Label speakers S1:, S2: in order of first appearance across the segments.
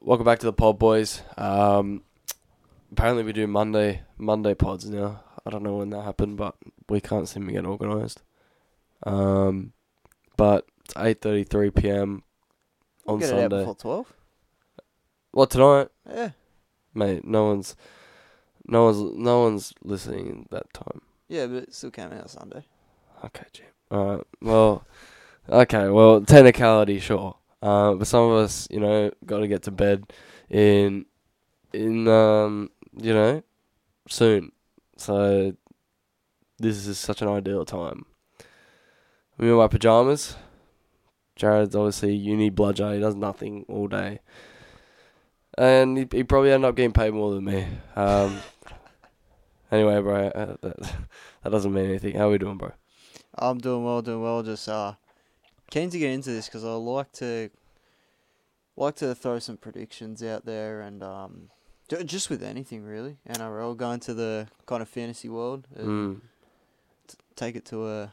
S1: welcome back to the pod, boys. Um, apparently, we do Monday Monday pods now. I don't know when that happened, but we can't seem to get organised. Um, but it's eight thirty three p.m.
S2: We'll
S1: on
S2: get it out
S1: Sunday.
S2: before twelve.
S1: What tonight,
S2: Yeah,
S1: mate? No one's, no one's, no one's listening at that time.
S2: yeah, but it still came out Sunday.
S1: Okay, Jim. All right. Well, okay. Well, technicality, sure. Uh, but some of us, you know, got to get to bed in, in um, you know, soon. So this is such an ideal time. I'm in my pajamas. Jared's obviously a uni bludger. He does nothing all day, and he, he probably ended up getting paid more than me. Um. anyway, bro, uh, that, that doesn't mean anything. How we doing, bro?
S2: I'm doing well, doing well. Just uh, keen to get into this because I like to like to throw some predictions out there and um, ju- just with anything really. NRL going to the kind of fantasy world, and
S1: Mm.
S2: take it to a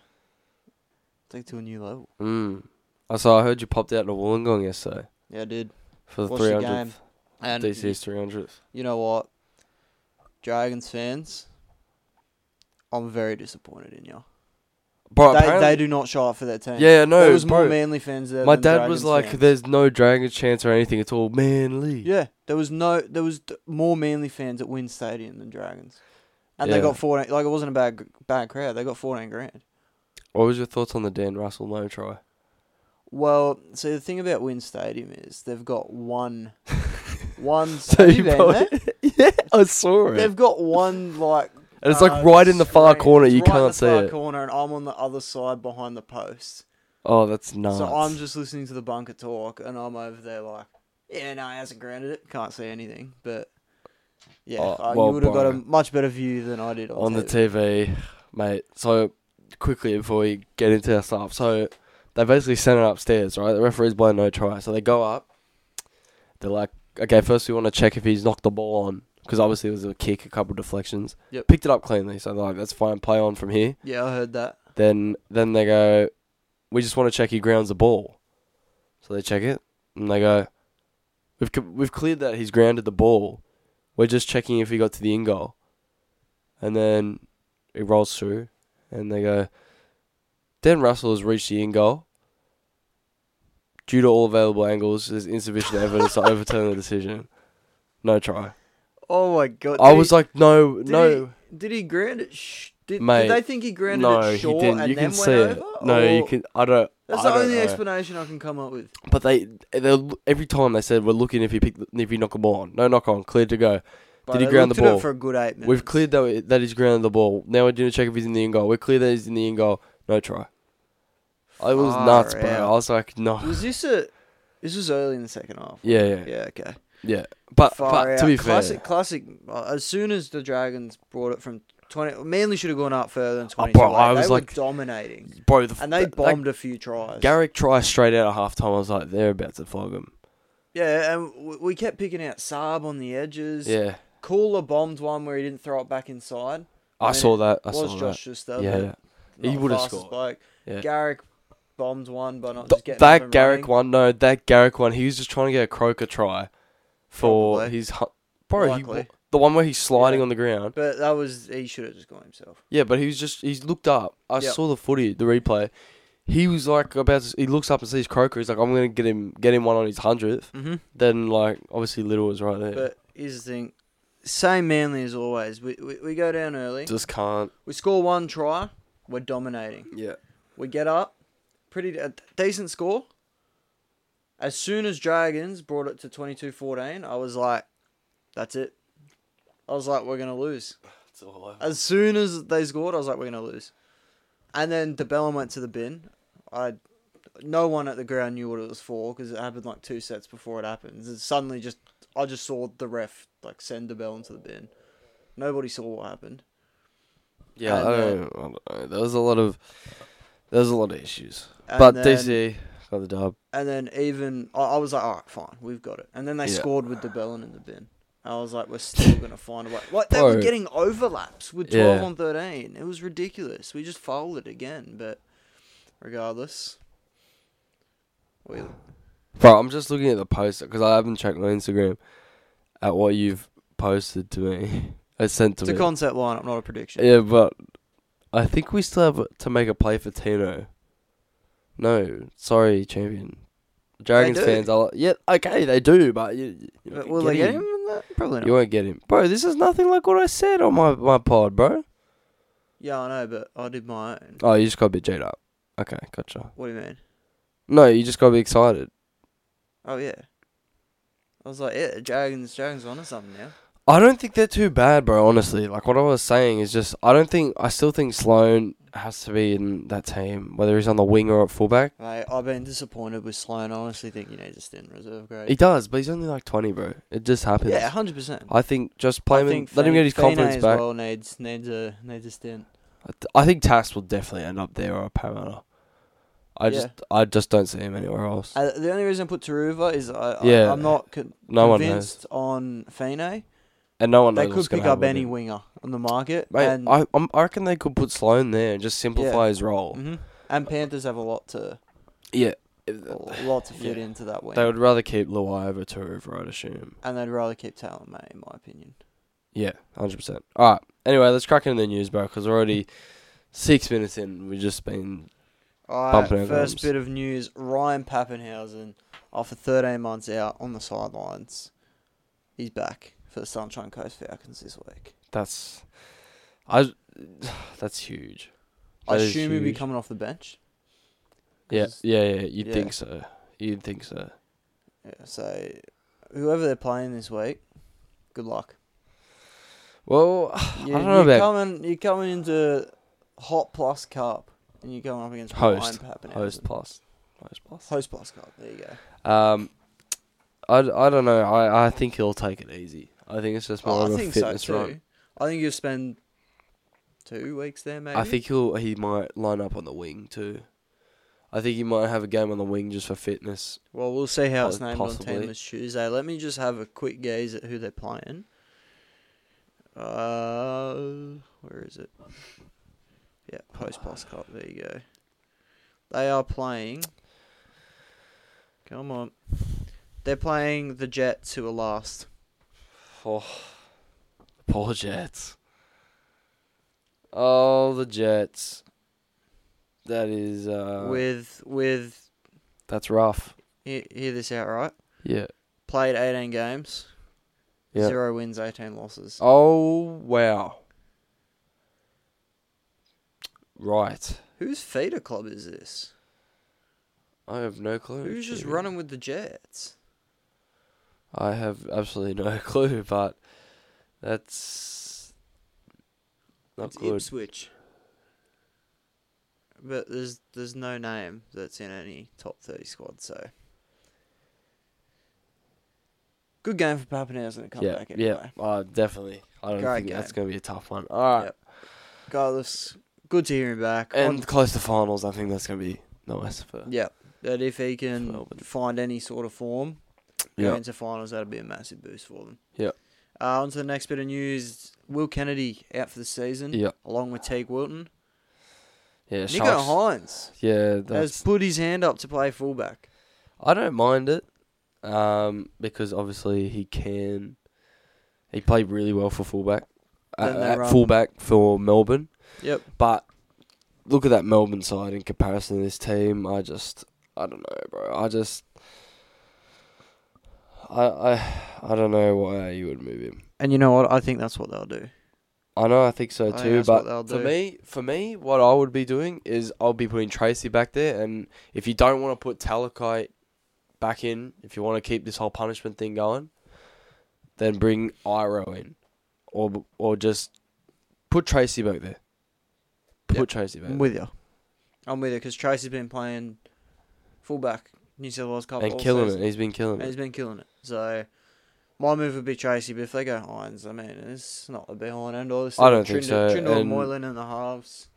S2: take it to a new level.
S1: Mm. I saw. I heard you popped out to Wollongong yesterday
S2: Yeah, I did.
S1: for the
S2: Watched the
S1: three
S2: game.
S1: hundredth
S2: And y-
S1: DC's three hundredth.
S2: you know what, Dragons fans, I'm very disappointed in you.
S1: Bro,
S2: They, they
S1: apparently,
S2: do not show up for their team.
S1: yeah, no,
S2: there was
S1: bro.
S2: more Manly fans there.
S1: my
S2: than
S1: dad was
S2: Dragons
S1: like,
S2: fans.
S1: "There's no Dragons chance or anything. It's all Manly."
S2: Yeah, there was no, there was d- more Manly fans at Wynn Stadium than Dragons, and
S1: Yeah.
S2: they got fourteen. Like it wasn't a bad gr- bad crowd. They got fourteen grand.
S1: What was your thoughts on the Dan Russell no try?
S2: Well, see the thing about Wynn Stadium is they've got one, one.
S1: So
S2: have
S1: you
S2: been
S1: probably-
S2: there?
S1: I saw it,
S2: They've got one like.
S1: and it's like
S2: uh,
S1: right in the far
S2: screen.
S1: corner.
S2: It's
S1: You
S2: right in
S1: can't
S2: the
S1: see
S2: far
S1: it.
S2: Corner, and I'm on the other side behind the post.
S1: Oh, that's nuts.
S2: So I'm just listening to the bunker talk, and I'm over there like, yeah, no, he hasn't grounded it. Can't see anything, but yeah,
S1: Oh,
S2: uh,
S1: well,
S2: you would have got a
S1: bro.
S2: much better view than I did on,
S1: on the
S2: TV.
S1: TV, mate. So quickly before we get into our stuff, so they basically sent it upstairs, right? The referee's blown no try, so they go up. They're like, okay, first we want to check if he's knocked the ball on because obviously it was a kick, a couple deflections.
S2: Yep.
S1: Picked it up cleanly, so they're like, that's fine, play on from here.
S2: Yeah, I heard that.
S1: Then then they go, we just want to check he grounds the ball, so they check it and they go, we've c- we've cleared that he's grounded the ball, we're just checking if he got to the in goal, and then it rolls through, and they go, Dan Russell has reached the in goal. Due to all available angles, there's insufficient evidence to overturn the decision. No try.
S2: Oh my god!
S1: I
S2: did
S1: was
S2: he-
S1: like, no, no.
S2: Did he, did he ground it? Sh- did,
S1: Mate,
S2: did they think he grounded
S1: no,
S2: it
S1: he
S2: short
S1: didn't.
S2: and
S1: You
S2: then
S1: can
S2: went
S1: see
S2: over?
S1: it. No, you
S2: Or-
S1: can. I don't.
S2: That's
S1: I
S2: the
S1: don't
S2: only
S1: know.
S2: explanation I can come up with.
S1: But they, they every time they said we're looking if he pick if he knock a ball on. No knock on, cleared to go.
S2: But
S1: Did he
S2: they
S1: ground
S2: looked
S1: the
S2: at it
S1: ball?
S2: for a good eight minutes?
S1: We've cleared that that he's grounded the ball. Now we're doing a check if he's in the in goal. We're clear that he's in the in goal. No try. I was
S2: Far
S1: nuts, bro.
S2: out.
S1: I was like, no.
S2: Was this a? This was early in the second half.
S1: Yeah, yeah, yeah.
S2: Yeah. Okay.
S1: But,
S2: Far
S1: Uh, but to
S2: out.
S1: be
S2: classic,
S1: fair,
S2: classic. uh, As soon as the Dragons brought it from twenty, Manly should have gone up further than
S1: Oh,
S2: twenty.
S1: bro, I
S2: they
S1: was
S2: were
S1: like-
S2: dominating,
S1: bro, the,
S2: and they
S1: that- that
S2: bombed a few tries.
S1: Garrick try straight out at half time. I was like, they're about to flog him.
S2: yeah, and w- we kept picking out Saab on the edges.
S1: Yeah,
S2: Cooler bombed one where he didn't throw it back inside.
S1: I
S2: mean,
S1: saw that. I
S2: was
S1: saw
S2: Josh Schuster.
S1: that. Yeah, yeah. He would have scored.
S2: Bloke.
S1: Yeah.
S2: Garrick bombed one by not
S1: Th-
S2: just getting up
S1: that
S2: and
S1: Garrick
S2: running.
S1: one, no, that Garrick one. He was just trying to get a Croker try for
S2: Probably.
S1: his hu- bro. He,
S2: Likely.
S1: the one where he's sliding
S2: Yeah.
S1: on the ground.
S2: But that was he should have just gone himself.
S1: Yeah, but he was just he's looked up. I
S2: Yep.
S1: saw the footage, the replay. He was like about to, he looks up and sees Croker. He's like, I'm gonna get him get him one on his hundredth.
S2: Mm-hmm.
S1: Then like obviously Little was right there.
S2: But here's the thing. Same Manly as always. We, we, we go down early.
S1: just can't.
S2: We score one try. We're dominating.
S1: Yeah.
S2: We get up. Pretty a decent score. As soon as Dragons brought it to 22-14, I was like, that's it. I was like, we're going to lose.
S1: It's all over.
S2: As soon as they scored, I was like, we're going to lose. And then DeBellum went to the bin. I, No one at the ground knew what it was for because it happened like two sets before it happens. And suddenly just, I just saw the ref like send DeBellum to the bin. Nobody saw what happened.
S1: Yeah, I
S2: And uh,
S1: don't, I don't know. There was a lot of there was a lot of issues.
S2: And
S1: but
S2: then-
S1: DC got the dub.
S2: And then even I, I was like, all right, fine, we've got it. And then they
S1: Yeah.
S2: scored with DeBellin in the bin. I was like, we're still gonna find a way. Like they
S1: Bro.
S2: were getting overlaps with twelve
S1: Yeah.
S2: on thirteen. It was ridiculous. We just folded again. But regardless, we
S1: Bro, I'm just looking at the post because I haven't checked my Instagram at what you've posted to me. I sent to
S2: It's a
S1: me.
S2: concept lineup, not a prediction.
S1: yeah, but I think we still have to make a play for Tino. No, sorry, champion. Dragons
S2: do.
S1: fans are like, yeah, okay, they do, but you, you won't
S2: But will
S1: get
S2: they get him
S1: him.
S2: in that? Probably
S1: You
S2: not.
S1: won't get him, bro. This is nothing like what I said on my my pod, bro.
S2: Yeah, I know, but I did my own.
S1: Oh, you just got a bit jaded up. Okay, gotcha.
S2: What do you mean?
S1: No, you just got to be excited.
S2: Oh yeah. I was like, yeah, Dragons, Dragons on or something now.
S1: I don't think they're too bad, bro. Honestly, like what I was saying is just I don't think I still think Sloan has to be in that team, whether he's on the wing or at fullback.
S2: Like, I've been disappointed with Sloan. I honestly think he needs a stint in reserve grade.
S1: He does, but he's only like twenty, bro. It just happens.
S2: yeah, hundred percent.
S1: I think just play him, and let him get his confidence
S2: as
S1: back.
S2: Well needs needs a needs a stint.
S1: I th- I think Tass will definitely end up there or a Parramatta. I
S2: Yeah.
S1: just I just don't see him anywhere else.
S2: Uh, the only reason I put Taruva is I,
S1: Yeah.
S2: I I'm not con-
S1: No one knows,
S2: convinced on Fine.
S1: and no one knows.
S2: They could
S1: what's gonna
S2: pick up
S1: happen with
S2: any
S1: him.
S2: winger on the market,
S1: Mate,
S2: and
S1: I I'm, I reckon they could put Sloan there and just simplify his role.
S2: Mhm. and Panthers have a lot to
S1: Yeah,
S2: a lot to fit
S1: Yeah.
S2: into that wing,
S1: they would rather keep Luai over Turov, I'd assume.
S2: and they'd rather keep Talon May, in my opinion.
S1: Yeah, hundred percent. All right. Anyway, let's crack into the news, bro, because we're already six minutes in. We've just been
S2: Alright,
S1: Bumping
S2: first
S1: over arms.
S2: bit of news: Ryan Pappenhausen, after 13 months out on the sidelines, he's back for the Sunshine Coast Falcons this week.
S1: that's I that's huge.
S2: I
S1: That is
S2: assume he'll be
S1: huge.
S2: coming off the bench.
S1: Yeah,
S2: 'cause-
S1: yeah, yeah. You'd
S2: yeah.
S1: think so. You'd think so.
S2: yeah, So, whoever they're playing this week, good luck.
S1: Well,
S2: You,
S1: I don't know
S2: you're
S1: about
S2: coming. You're coming into Hot Plus Cup, and you're going up against
S1: Host.
S2: Ryan Pappenhausen.
S1: host plus, host plus.
S2: Host Plus Cup. There you go.
S1: Um, I, d- I don't know. I, I think he'll take it easy. I think it's just more
S2: Oh,
S1: of
S2: I
S1: a
S2: think so
S1: fitness
S2: too.
S1: run.
S2: I think you'll spend two weeks there, maybe.
S1: I think he'll he might line up on the wing too. I think he might have a game on the wing just for fitness.
S2: Well, we'll see how it's
S1: Po-
S2: named on
S1: possibly.
S2: Teamless Tuesday. Let me just have a quick gaze at who they're playing. Uh, where is it? Yeah, post plus cup. There you go. They are playing. Come on. They're playing the Jets, who are last.
S1: Oh, poor Jets. Oh, the Jets. That is uh,
S2: with with
S1: that's rough.
S2: hear, hear this out right.
S1: Yeah.
S2: Played 18 games,
S1: Yeah.
S2: zero wins, 18 losses.
S1: Oh wow. Right.
S2: Whose feeder club is this?
S1: I have no clue.
S2: Who's just
S1: Jimmy.
S2: running with the Jets?
S1: I have absolutely no clue, but that's not
S2: it's
S1: good.
S2: Ipswich. But there's there's no name that's in any top thirty squad, so good game for Pappenhausen to come
S1: yeah,
S2: back
S1: yeah,
S2: anyway.
S1: uh, definitely. I don't
S2: Great
S1: think that's
S2: game.
S1: going to be a tough one. All right,
S2: Yep. Regardless, good to hear him back.
S1: and close to finals. I think that's going to be nice for
S2: yeah, that if he can
S1: Melbourne.
S2: find any sort of form
S1: Yeah.
S2: going into finals, that'd be a massive boost for them.
S1: Yep.
S2: Uh, on to the next bit of news: Will Kennedy out for the season,
S1: Yeah,
S2: along with Teague Wilton.
S1: yeah.
S2: Nico
S1: Sharks-
S2: Hines
S1: Yeah,
S2: has
S1: that's.
S2: put his hand up to play fullback.
S1: I don't mind it, um, because obviously he can. He played really well for fullback,
S2: Then
S1: at,
S2: they
S1: at
S2: run-
S1: fullback for Melbourne.
S2: Yep.
S1: But look at that Melbourne side in comparison to this team. I just, I don't know, bro. I just, I, I, I don't know why you would move him.
S2: And you know what? I think that's what they'll do.
S1: I know, I think so
S2: I think
S1: too.
S2: Oh, that's what they'll
S1: but for
S2: do.
S1: me, for me, what I would be doing is I'll be putting Tracy back there, and if you don't want to put Talakai back in, if you want to keep this whole punishment thing going, then bring Iro in, or or just put Tracy back there. Put
S2: Yep.
S1: Tracy back.
S2: I'm
S1: there.
S2: with you. I'm with you because Tracy's been playing fullback New South Wales Cup
S1: and
S2: all
S1: killing
S2: season,
S1: it. He's been killing
S2: and he's
S1: it.
S2: been killing it. So my move would be Tracy, but if they go Hines, I mean, it's not the be all and end all. It's
S1: I don't
S2: still
S1: think
S2: Trind-
S1: so,
S2: Trindle and
S1: and-
S2: Moylan in the halves.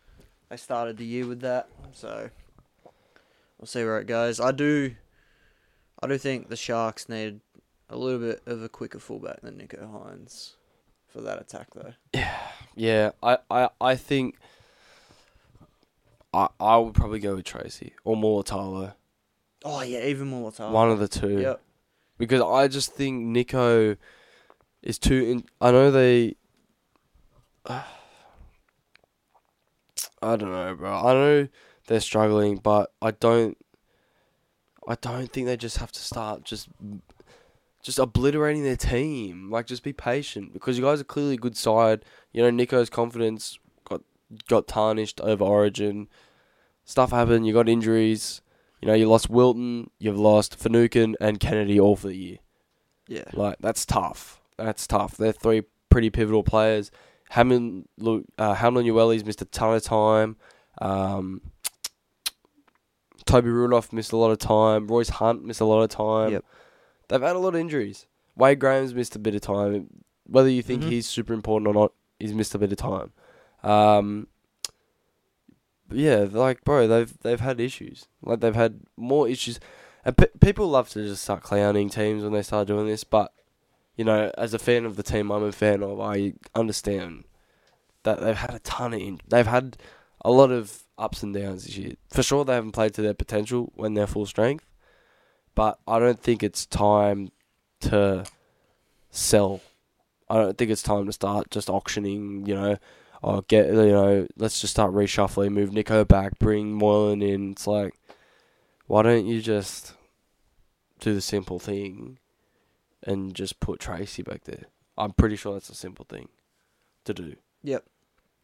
S2: They started the year with that, so we'll see where it goes. I do, I do think the Sharks need a little bit of a quicker fullback than Nico Hines for that attack, though.
S1: Yeah, I, I, I think I I would probably go with Tracy or Mulatalo.
S2: Oh yeah, even Molotov.
S1: One of the two.
S2: Yep.
S1: Because I just think Nico is too. In- I know they. I don't know, bro. I know they're struggling, but I don't. I don't think they just have to start just, just obliterating their team. Like, just be patient because you guys are clearly a good side. You know, Nico's confidence got got tarnished over Origin. Stuff happened. You got injuries. You know, you lost Wilton, you've lost Finucane and Kennedy all for the year.
S2: Yeah.
S1: Like that's tough. That's tough. They're three pretty pivotal players. Hamlin, Lu- uh, Hamlin Ueli's missed a ton of time. Um, Toby Rudolph missed a lot of time. Royce Hunt missed a lot of time.
S2: Yep.
S1: They've had a lot of injuries. Wade Graham's missed a bit of time. Whether you think
S2: Mhm.
S1: he's super important or not, he's missed a bit of time. Um, but yeah, like bro, they've they've had issues. Like they've had more issues. And pe- people love to just start clowning teams when they start doing this, but you know, as a fan of the team I'm a fan of, I understand that they've had a ton of in- they've had a lot of ups and downs this year. For sure, they haven't played to their potential when they're full strength, but I don't think it's time to sell. I don't think it's time to start just auctioning. You know, or get you know, let's just start reshuffling, move Nico back, bring Moylan in. It's like, why don't you just do the simple thing and just put Tracy back there? I'm pretty sure that's a simple thing to do
S2: Yep.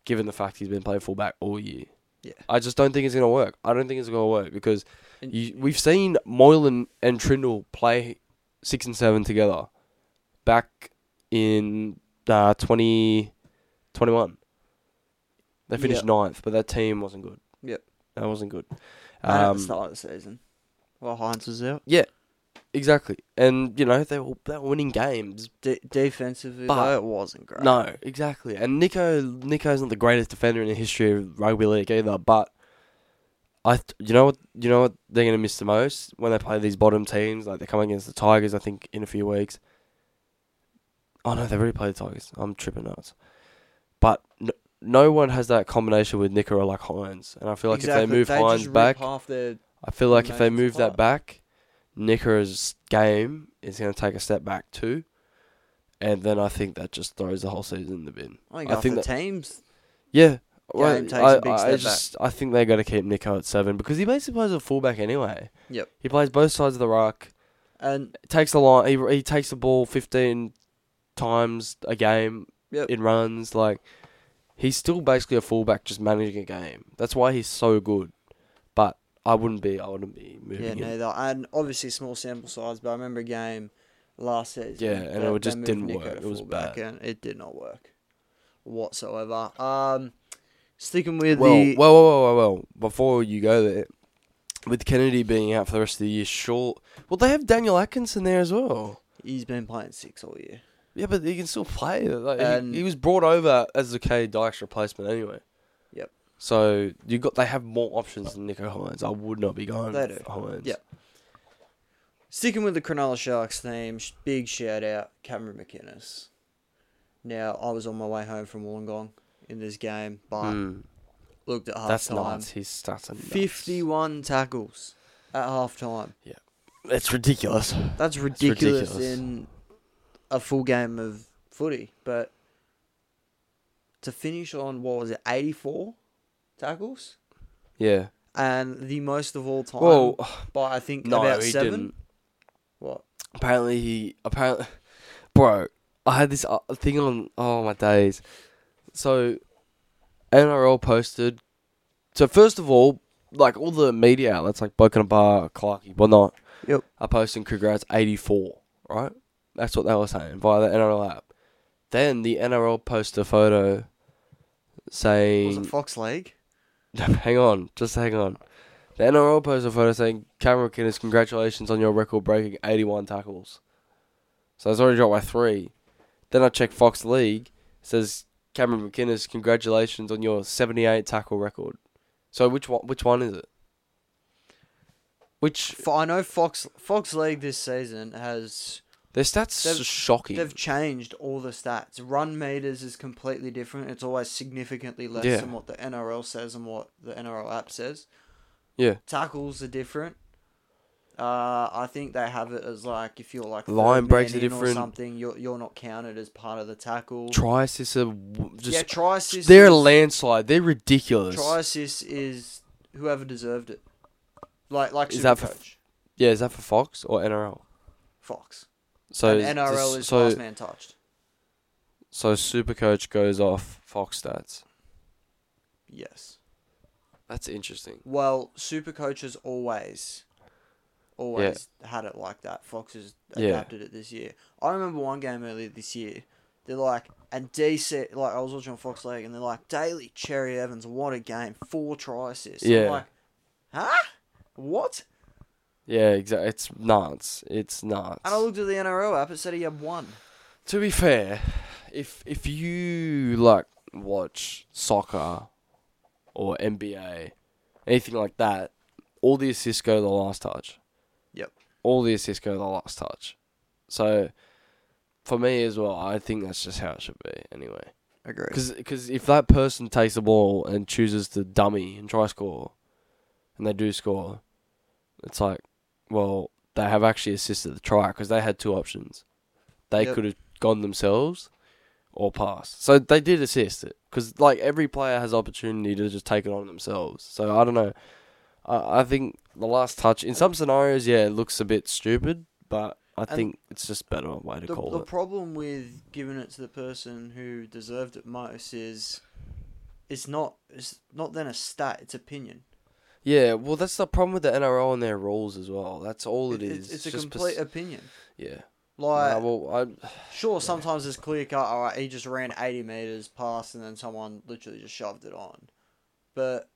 S1: given the fact he's been playing fullback all year.
S2: Yeah.
S1: I just don't think it's gonna work. I don't think it's gonna work because
S2: And-
S1: you, we've seen Moylan and Trindle play six and seven together back in uh, twenty twenty one. They finished
S2: Yep.
S1: ninth, but that team wasn't good.
S2: Yep.
S1: that wasn't good.
S2: And at
S1: Um,
S2: the start of the season. Well, Heinz was out.
S1: exactly, and you know they were, they were winning games.
S2: De- defensively,
S1: But-
S2: though, it wasn't great.
S1: No, exactly. And Nico Nico's not the greatest defender in the history of rugby league either, but I th- you know what you know what they're gonna miss the most when they play these bottom teams, like they're coming against the Tigers, I think, in a few weeks. Oh no, they've already played the Tigers. I'm tripping nuts. But no, no one has that combination with Nico or like Hines. And I feel like
S2: exactly.
S1: if they move
S2: they
S1: Hines
S2: just rip
S1: back
S2: half their
S1: I feel like if they move
S2: Remains apart.
S1: that back, Nicker's game is going to take a step back too, and then I think that just throws the whole season in the bin.
S2: I think,
S1: I
S2: half
S1: think
S2: the
S1: that-
S2: teams.
S1: Yeah, well,
S2: takes
S1: I,
S2: a big
S1: I
S2: step back.
S1: just I think they got to keep Nico at seven because he basically plays a fullback anyway.
S2: Yep.
S1: He plays both sides of the ruck,
S2: And
S1: takes the line, he he takes the ball fifteen times a game
S2: Yep.
S1: in runs. Like he's still basically a fullback, just managing a game. That's why he's so good. But I wouldn't be. I wouldn't be moving.
S2: yeah,
S1: him.
S2: neither. And obviously small sample size, but I remember a game last season.
S1: Yeah, and it
S2: that
S1: would
S2: they
S1: just
S2: moved
S1: didn't
S2: Nico
S1: work.
S2: to
S1: It was
S2: fullback
S1: bad.
S2: And it did not work whatsoever. Um, sticking with
S1: Well,
S2: the
S1: well, well, well, well, well, before you go there, with Kennedy being out for the rest of the year, sure. Well, they have Daniel Atkinson there as well.
S2: he's been playing six all year.
S1: Yeah, but he can still play. Like, he-
S2: And-
S1: he, was brought over as the K Dyke's replacement anyway.
S2: Yep.
S1: So you got they have more options than Nico Hines. I would not be going
S2: They
S1: with
S2: do.
S1: Hines.
S2: Yep. Sticking with the Cronulla Sharks theme, sh- big shout out Cameron McInnes. Now I was on my way home from Wollongong in this game, but
S1: Mm,
S2: looked at half
S1: that's
S2: time.
S1: nuts. He's that's a nuts.
S2: Fifty-one tackles at half time.
S1: That's ridiculous.
S2: That's ridiculous,
S1: ridiculous.
S2: in a full game of footy, but to finish on what was it, eighty-four tackles,
S1: Yeah.
S2: and the most of all time
S1: Well,
S2: by I think
S1: no,
S2: about
S1: he
S2: 7
S1: didn't.
S2: What?
S1: apparently he apparently bro i had this uh, thing on oh my days so nrl posted so first of all like all the media outlets like Boken bar clarky whatnot
S2: Yep.
S1: are posting congrats 84 right that's what they were saying via the nrl app then the nrl posted a photo
S2: Was
S1: saying
S2: it Fox League?
S1: hang on, just hang on. The NRL posted a photo saying, Cameron McInnes, congratulations on your record breaking 81 tackles. So it's already dropped by three. Then I check Fox League, it says, Cameron McInnes, congratulations on your 78 tackle record. So which one, which one is it? Which,
S2: Fo- I know Fox Fox League this season has
S1: their stats
S2: They've-
S1: are shocking.
S2: they've changed all the stats. Run meters is completely different. It's always significantly less
S1: Yeah.
S2: than what the NRL says and what the NRL app says.
S1: Yeah.
S2: Tackles are different. Uh, I think they have it as like if you're like third
S1: Line breaks
S2: man
S1: a
S2: in or
S1: different-
S2: something. You're you're not counted as part of the tackle.
S1: Try assists are w- just
S2: yeah, try assist.
S1: they're
S2: is-
S1: a landslide. They're ridiculous.
S2: Try assist is whoever deserved it. Like like
S1: Is that for-
S2: Supercoach.
S1: Yeah, is that for Fox or NRL?
S2: Fox.
S1: So
S2: and NRL
S1: just-
S2: is
S1: so
S2: last man touched.
S1: so Supercoach goes off Fox stats.
S2: Yes.
S1: That's interesting.
S2: Well, Supercoach has always, always had it like that. Fox has
S1: Yeah.
S2: adapted it this year. I remember one game earlier this year. They're like, and DC, like I was watching on Fox League, and they're like, Daly Cherry Evans, what a game, four try assists. I'm
S1: Yeah.
S2: like, huh? What?
S1: Yeah, exactly. It's nuts. It's nuts.
S2: And I looked at the NRL app. It said he had one.
S1: To be fair, if if you like watch soccer or NBA, anything like that, all the assists go to the last touch.
S2: Yep.
S1: All the assists go to the last touch. So for me as well, I think that's just how it should be anyway.
S2: Agree.
S1: Because if that person takes the ball and chooses to dummy and try score, and they do score, it's like, well, they have actually assisted the try because they had two options. They
S2: Yep.
S1: could have gone themselves or passed. So they did assist it because like every player has opportunity to just take it on themselves. So I don't know. I, I think the last touch in some scenarios, yeah, it looks a bit stupid, but I
S2: And
S1: think it's just a better way to
S2: the,
S1: call
S2: the
S1: it.
S2: problem with giving it to the person who deserved it most is it's not it's not then a stat it's opinion
S1: Yeah, well, that's the problem with the NRL and their rules as well. That's all it
S2: It-
S1: is.
S2: it's, it's a
S1: just
S2: complete
S1: pers-
S2: opinion
S1: yeah.
S2: like
S1: Nah, well, I,
S2: sure sometimes it's clear cut all right he just ran 80 meters past and then someone literally just shoved it on but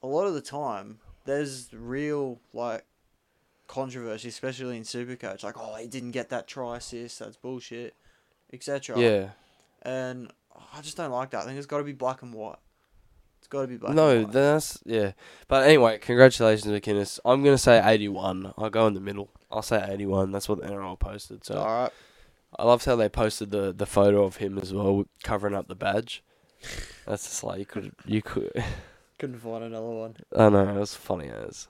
S2: a lot of the time there's real like controversy especially in supercoach like oh he didn't get that try assist that's bullshit etc
S1: yeah.
S2: and I just don't like that. I think it's got to be black and white. It's got to be black.
S1: No,
S2: and white.
S1: that's yeah. But anyway, congratulations, McInnes. I'm gonna say 81. I'll go in the middle. I'll say 81. That's what the NRL posted. So
S2: all right.
S1: I loved how they posted the the photo of him as well, with- covering up the badge. That's just like you could you could.
S2: Couldn't find another one.
S1: I know it was funny as.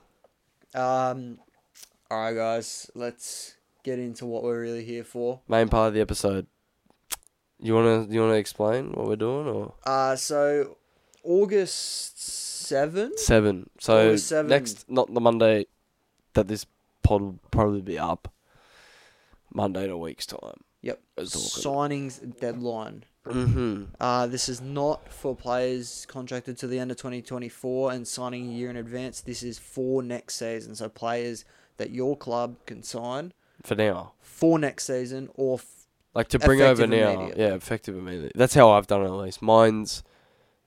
S2: Um, all right, guys. Let's get into what we're really here for.
S1: Main part of the episode. You wanna you wanna explain what we're doing or
S2: Uh, so August seventh.
S1: seven? So
S2: August 7.
S1: next, not the Monday that this pod will probably be up. Monday in a week's time.
S2: Yep.
S1: It's all
S2: Signings deadline.
S1: good. Mhm.
S2: Uh, this is not for players contracted to the end of 2024 and signing a year in advance. This is for next season. So players that your club can sign
S1: For now.
S2: for next season or f-
S1: Like to bring over
S2: Effective
S1: now.
S2: immediately.
S1: Yeah, effective immediately. That's how I've done it at least. Mine's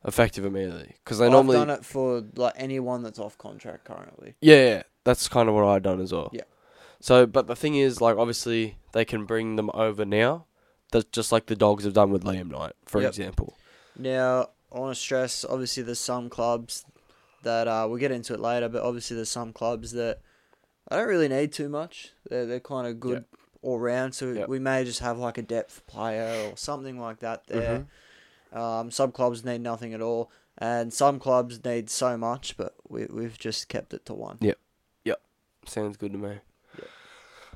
S1: effective immediately because they normally.
S2: I've done it for like anyone that's off contract currently.
S1: Yeah, yeah, that's kind of what I've done as well.
S2: Yeah.
S1: So, but the thing is, like, obviously they can bring them over now. That's just like the dogs have done with Liam Knight, for
S2: Yep.
S1: example.
S2: Now, I want to stress obviously there's some clubs that uh, we'll get into it later, but obviously there's some clubs that I don't really need too much. They're, they're kind of good all round, so
S1: Yep.
S2: we may just have like a depth player or something like that there.
S1: Mhm.
S2: Um, some clubs need nothing at all, and some clubs need so much, but we, we've just kept it to one.
S1: Sounds good to me.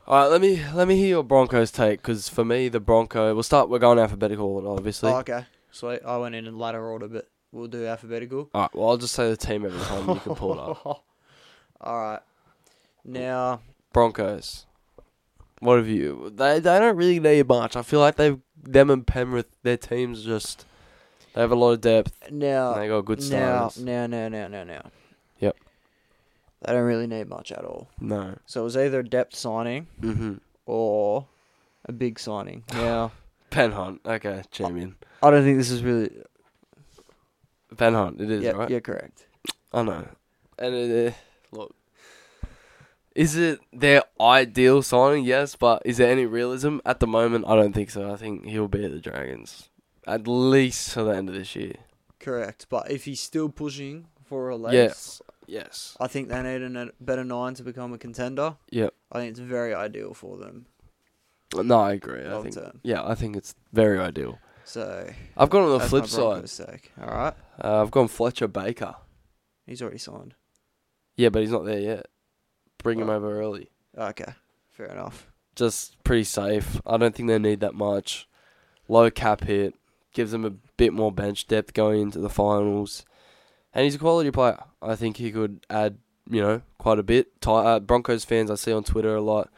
S1: All right, let me let me hear your Broncos take because for me the Bronco. We'll start. We're going alphabetical order, obviously.
S2: Oh, okay. Sweet. I went in in latter order, but we'll do alphabetical.
S1: All right. Well, I'll just say the team every time you can pull it up.
S2: All right. Now,
S1: Broncos. What have you? They they don't really need much. I feel like they them and Penrith their teams just they have a lot of depth
S2: now,
S1: and they got good
S2: now,
S1: starters.
S2: now, now, now, now, now.
S1: Yep.
S2: They don't really need much at all.
S1: No.
S2: So it was either a depth signing
S1: Mm-hmm.
S2: or a big signing. Now,
S1: Penhunt. Okay, champion.
S2: I don't think this is really.
S1: Penhunt. It is
S2: Yeah,
S1: right.
S2: you're correct.
S1: I know. And it, uh, look, is it their ideal signing? Yes, but is there any realism at the moment? I don't think so. I think he'll be at the Dragons at least till the end of this year.
S2: Correct. But if he's still pushing for a lace,
S1: Yes. Yes.
S2: I think they need a better nine to become a contender.
S1: Yep.
S2: I think it's very ideal for them
S1: No, I agree. I
S2: long
S1: think.
S2: term.
S1: Yeah, I think it's very ideal.
S2: So
S1: I've gone on the
S2: that's my
S1: flip side.
S2: Broncos take. All right.
S1: Uh, I've gone Fletcher Baker.
S2: He's already signed.
S1: Yeah, but he's not there yet. bring him over early.
S2: Okay, fair enough.
S1: Just pretty safe. I don't think they need that much. Low cap hit gives them a bit more bench depth going into the finals, and he's a quality player. I think he could add, you know, quite a bit. Ty- uh, Broncos fans I see on Twitter a lot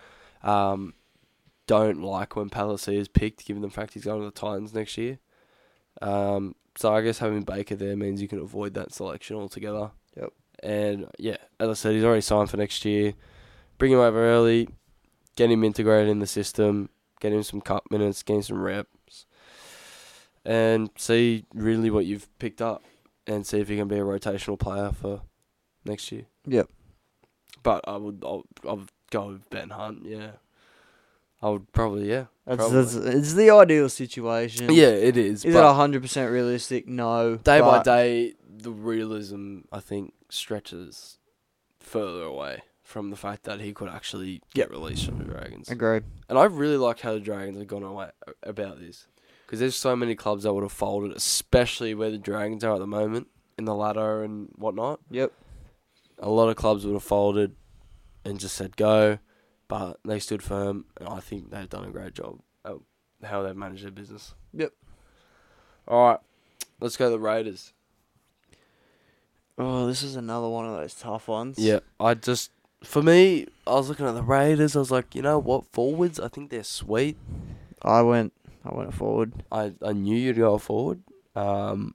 S1: um, don't like when Palisade is picked, given the fact he's going to the Titans next year. Um, so I guess having Baker there means you can avoid that selection altogether.
S2: Yep.
S1: And yeah, as I said, he's already signed for next year. Bring him over early, get him integrated in the system, get him some cup minutes, get him some reps, and see really what you've picked up, and see if he can be a rotational player for next year.
S2: Yep.
S1: But I would, I'll, I'll go with Ben Hunt. Yeah. I would probably, yeah.
S2: That's,
S1: Probably.
S2: that's it's the ideal situation.
S1: Yeah, it is.
S2: Is it
S1: but-
S2: it hundred percent realistic? No.
S1: day by
S2: but
S1: day, the realism I think stretches further away from the fact that he could actually get released from the Dragons.
S2: Agree.
S1: And I really like how the Dragons have gone away about this because there's so many clubs that would have folded, especially where the Dragons are at the moment in the ladder and whatnot.
S2: Yep.
S1: A lot of clubs would have folded and just said go, but they stood firm, and I think they've done a great job at how they've managed their business.
S2: Yep.
S1: All right, let's go to the Raiders.
S2: Oh, this is another one of those tough ones.
S1: Yeah, I just for me, I was looking at the Raiders. I was like, you know what, forwards. I think they're sweet.
S2: I went. I went forward.
S1: I, I knew you'd go forward. Um,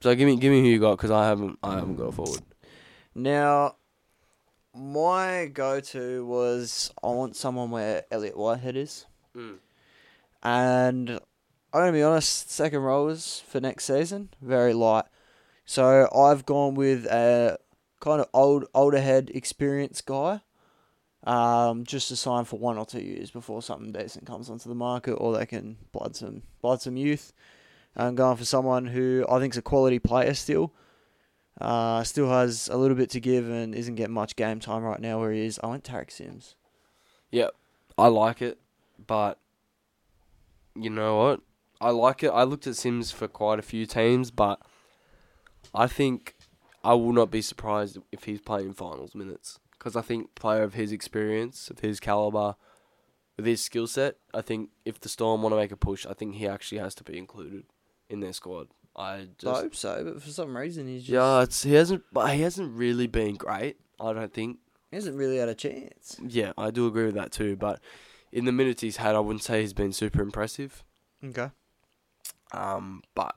S1: so give me give me who you got because I haven't I haven't got a forward.
S2: Now, my go-to was I want someone where Elliot Whitehead is, and I'm gonna be honest. Second rowers for next season very light, so I've gone with a kind of old older head, experienced guy, um, just to sign for one or two years before something decent comes onto the market, or they can blood some blood some youth. I'm going for someone who I think's a quality player still. Uh, still has a little bit to give and isn't getting much game time right now where he is. I went Tarek Sims.
S1: I like it, but you know what? I like it. I looked at Sims for quite a few teams, but I think I will not be surprised if he's playing finals minutes because I think player of his experience, of his caliber, with his skill set, I think if the Storm want to make a push, I think he actually has to be included in their squad. I
S2: I
S1: just
S2: hope so, but for some reason he's just
S1: yeah, it's, he hasn't, but he hasn't really been great. I don't think.
S2: he hasn't really had a chance.
S1: Yeah, I do agree with that too. But in the minutes he's had, I wouldn't say he's been super impressive.
S2: Okay.
S1: Um, but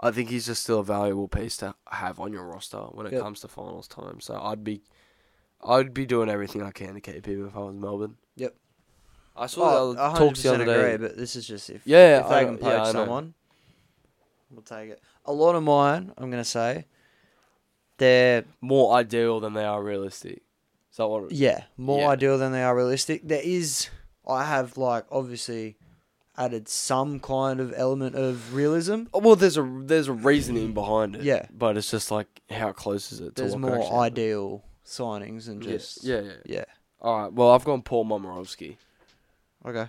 S1: I think he's just still a valuable piece to have on your roster when it
S2: Yep.
S1: comes to finals time. So I'd be, I'd be doing everything I can to keep him if I was Melbourne.
S2: Yep. Oh,
S1: I saw the other, talks the other day.
S2: agree, but this is just if
S1: Yeah,
S2: if
S1: I
S2: they can
S1: know-
S2: poach
S1: yeah, I know.
S2: someone, we'll take it. A lot of mine, I'm gonna say, they're
S1: more ideal than they are realistic. So what?
S2: yeah more
S1: Yeah.
S2: ideal than they are realistic. There is, I have like obviously added some kind of element of realism.
S1: Oh, Well, there's a there's a reasoning behind it.
S2: Yeah.
S1: but it's just like how close is it? To
S2: There's
S1: what could
S2: more
S1: actually happen?
S2: ideal signings and
S1: Yeah,
S2: just
S1: yeah, yeah.
S2: yeah.
S1: All right. Well, I've gone Paul Momorowski.
S2: Okay.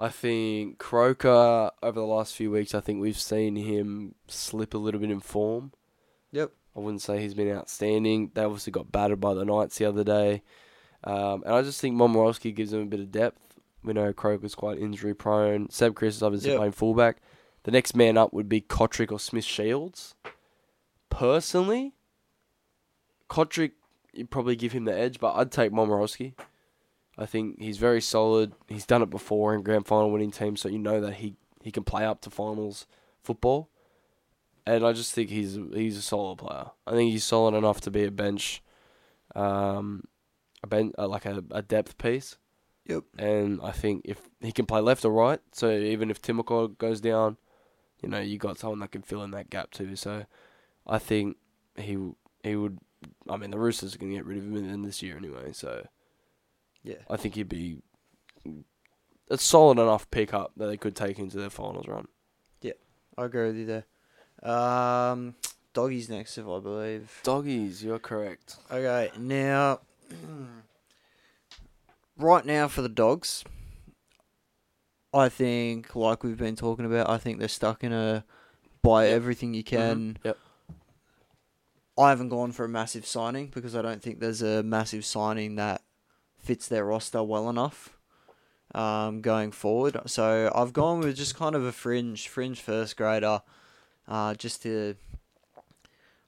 S1: I think Croker over the last few weeks, I think we've seen him slip a little bit in form.
S2: Yep.
S1: I wouldn't say he's been outstanding. They obviously got battered by the Knights the other day. Um, and I just think Momorowski gives them a bit of depth. We know Croker's quite injury prone. Seb Chris is obviously
S2: Yep.
S1: playing fullback. The next man up would be Kotrick or Smith Shields. Personally, Kotrick, you'd probably give him the edge, but I'd take Momorowski. I think he's very solid. He's done it before in grand final winning teams, so you know that he, he can play up to finals football. And I just think he's he's a solid player. I think he's solid enough to be a bench, um, a ben, uh, like a, a depth piece.
S2: Yep.
S1: And I think if he can play left or right, so even if Timoko goes down, you know you got someone that can fill in that gap too. So I think he w- he would. I mean, the Roosters are going to get rid of him in- in this year anyway, so
S2: Yeah.
S1: I think he'd be a solid enough pickup that they could take into their finals run.
S2: I agree with you there. Um, doggies next, if I believe.
S1: Doggies, you're correct.
S2: Okay, now, right now for the dogs, I think, like we've been talking about, I think they're stuck in a buy
S1: Yep. Mm-hmm.
S2: everything you can.
S1: Yep.
S2: I haven't gone for a massive signing because I don't think there's a massive signing that fits their roster well enough um, going forward. So I've gone with just kind of a fringe, fringe first grader, uh, just to,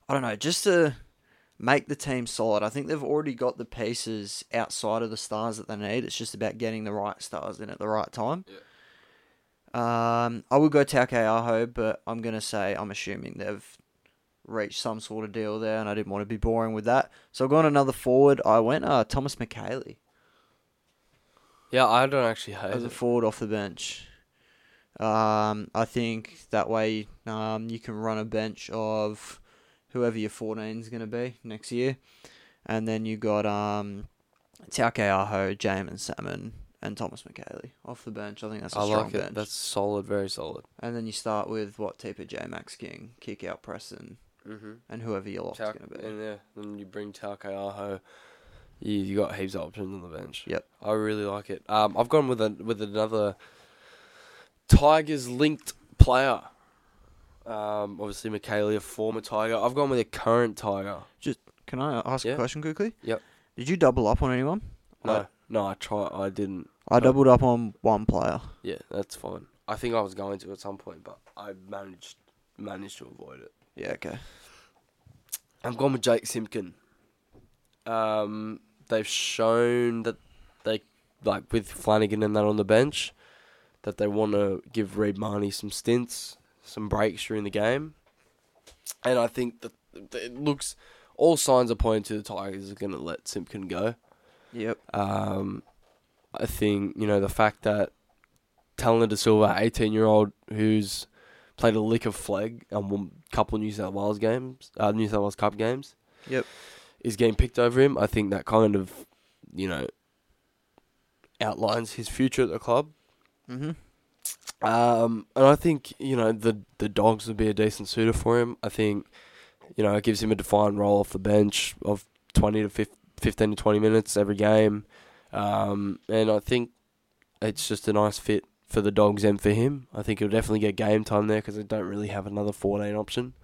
S2: I don't know, just to make the team solid. I think they've already got the pieces outside of the stars that they need. It's just about getting the right stars in at the right time. Um, I would go Tauke Aho, but I'm going to say I'm assuming they've reached some sort of deal there, and I didn't want to be boring with that. So I've gone another forward. I went uh, Thomas McKayley
S1: Yeah, I don't actually hate
S2: as a
S1: it.
S2: forward off the bench. Um, I think that way um, you can run a bench of whoever your 14 is going to be next year. And then you got um, Tauke Aho, Jamin Salmon, and Thomas McKayley off the bench. I think that's a
S1: I
S2: strong
S1: like it.
S2: bench.
S1: That's solid, very solid.
S2: And then you start with what TPJ, Max King, kick out Preston,
S1: Mm-hmm.
S2: and whoever your lock's going to be.
S1: and yeah, then you bring Tauke Aho. You, you got heaps of options on the bench.
S2: Yep.
S1: I really like it. Um, I've gone with a, with another Tigers linked player. Um, obviously, McKaylee, a former Tiger. I've gone with a current Tiger.
S2: Can I ask
S1: Yeah.
S2: a question quickly?
S1: Yep.
S2: Did you double up on anyone?
S1: No,
S2: I-
S1: no, I try. I didn't.
S2: I doubled up on one player.
S1: Yeah, that's fine. I think I was going to at some point, but I managed managed to avoid it.
S2: Yeah, okay.
S1: I've gone with Jake Simpkin. Um, they've shown that they like with Flanagan and that on the bench, that they want to give Reed Marnie some stints, some breaks during the game, and I think that that it looks all signs are pointing to the Tigers are going to let Simpkin go.
S2: Yep.
S1: Um, I think you know the fact that Talon de Silva, eighteen-year-old, who's played a lick of flag and won a couple of New South Wales games, uh, New South Wales Cup games.
S2: Yep.
S1: is getting picked over him. I think that kind of, you know, outlines his future at the club.
S2: Mm-hmm.
S1: Um, and I think you know the the dogs would be a decent suitor for him. I think you know it gives him a defined role off the bench of twenty to 15, 15 to twenty minutes every game, um, and I think it's just a nice fit for the dogs and for him. I think he'll definitely get game time there because they don't really have another fourteen option,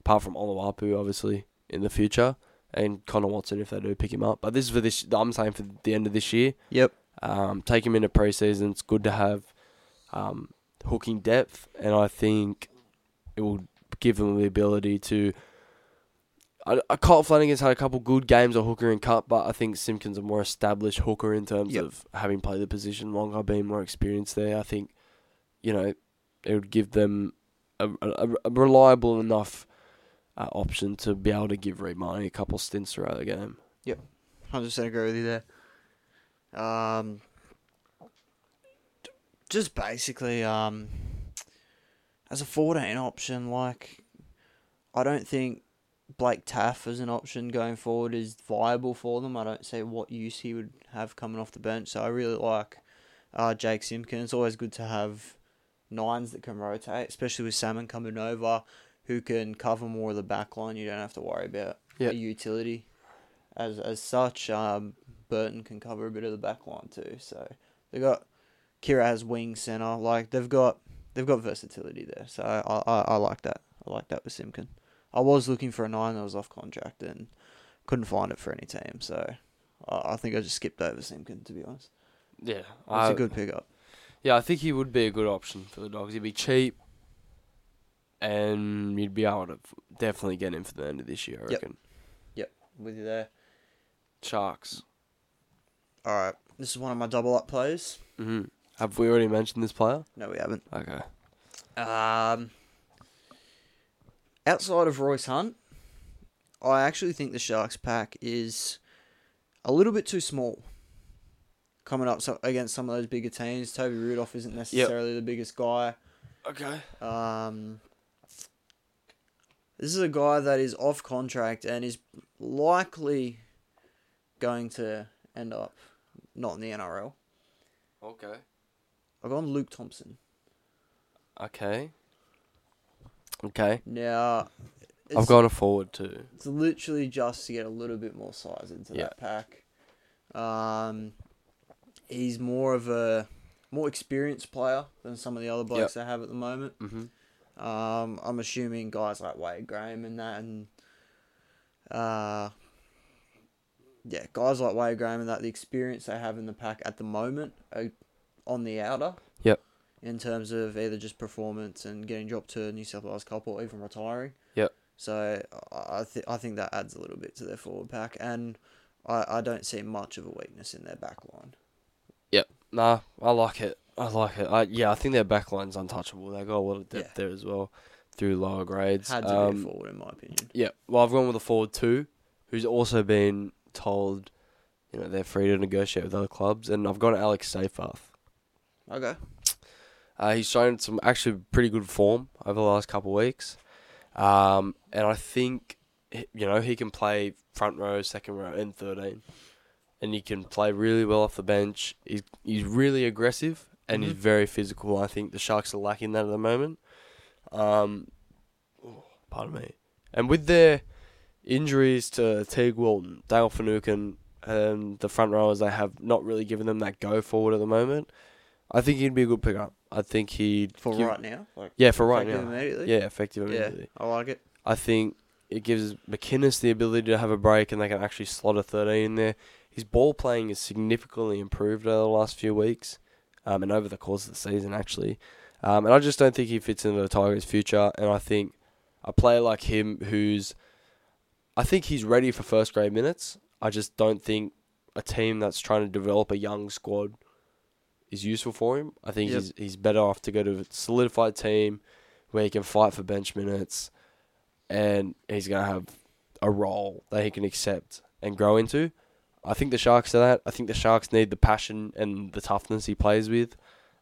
S1: apart from Oluwapu obviously in the future and Connor Watson if they do pick him up. But this is for this. I'm saying for the end of this year.
S2: Yep.
S1: Um, take him into preseason. It's good to have um, hooking depth, and I think it will give them the ability to. I, I Kyle Flanagan's had a couple good games of hooker and cut, but I think Simpkins a more established hooker in terms
S2: Yep.
S1: of having played the position longer, being more experienced there. I think, you know, it would give them a, a, a reliable enough uh, option to be able to give Reed Marnie a couple stints throughout the game.
S2: Hundred percent agree with you there. Um, just basically, um, as a fourteen option, like I don't think Blake Taff as an option going forward is viable for them. I don't see what use he would have coming off the bench. So I really like uh, Jake Simpkin. It's always good to have nines that can rotate, especially with Salmon coming over, who can cover more of the back line. You don't have to worry about
S1: Yeah.
S2: a utility as as such, um, Burton can cover a bit of the back line too. So they got Kira has wing center. Like they've got they've got versatility there. So I, I, I like that. I like that with Simkin. I was looking for a nine that was off contract and couldn't find it for any team. So I, I think I just skipped over Simkin to be honest.
S1: Yeah, it's
S2: It's a good pickup.
S1: Yeah, I think he would be a good option for the Dogs. He'd be cheap, and you'd be able to f- definitely get him for the end of this year. I
S2: Yep.
S1: reckon.
S2: With you there.
S1: Sharks.
S2: All right. This is one of my double up plays.
S1: hmm Have we already mentioned this player?
S2: No, we haven't.
S1: Okay.
S2: Um, outside of Royce Hunt, I actually think the Sharks pack is a little bit too small. Coming up so, against some of those bigger teams, Toby Rudolph isn't necessarily the biggest guy.
S1: Okay.
S2: Um, this is a guy that is off contract and is likely going to end up not in the NRL.
S1: Okay.
S2: I've gone Luke Thompson.
S1: Okay. Okay.
S2: Now,
S1: I've
S2: it's-
S1: gone a forward too.
S2: It's literally just to get a little bit more size into
S1: Yeah.
S2: that pack. Um, he's more of a more experienced player than some of the other blokes they have at the moment.
S1: Mm-hmm.
S2: Um, I'm assuming guys like Wade Graham and that, and uh, yeah, guys like Wade Graham and that, the experience they have in the pack at the moment are on the outer.
S1: Yep.
S2: In terms of either just performance and getting dropped to a New South Wales Cup or even retiring.
S1: Yep.
S2: So I I th- I think that adds a little bit to their forward pack, and I, I don't see much of a weakness in their back line.
S1: Nah, I like it. I like it. I, yeah, I think their back line's untouchable. They got a lot of depth
S2: Yeah.
S1: there as well through lower grades.
S2: Had to
S1: Um,
S2: be a forward, in my opinion.
S1: Yeah, well, I've gone with a forward two, who's also been told, you know, they're free to negotiate with other clubs, and I've gone Alex Safarth.
S2: Okay.
S1: Uh, he's shown some actually pretty good form over the last couple of weeks, um, and I think h- you know he can play front row, second row, and thirteen, and he can play really well off the bench. He's he's really aggressive and he's
S2: Mhm.
S1: very physical. I think the Sharks are lacking that at the moment. Um, oh, pardon me. And with their injuries to Teague Walton, Dale Finucane, and the front rowers, they have not really given them that go forward at the moment. I think he'd be a good pickup. I think he'd
S2: For
S1: give-
S2: right now, like
S1: yeah for right
S2: effective
S1: now,
S2: immediately.
S1: yeah, effective
S2: Yeah,
S1: immediately.
S2: I like it.
S1: I think it gives McInnes the ability to have a break and they can actually slot a 13 in there. His ball playing is significantly improved over the last few weeks um, and over the course of the season, actually. Um, and I just don't think he fits into the Tigers' future. And I think a player like him who's. I think he's ready for first grade minutes. I just don't think a team that's trying to develop a young squad is useful for him. I think
S2: Yep.
S1: he's, he's better off to go to a solidified team where he can fight for bench minutes and he's going to have a role that he can accept and grow into. I think the Sharks are that. I think the Sharks need the passion and the toughness he plays with.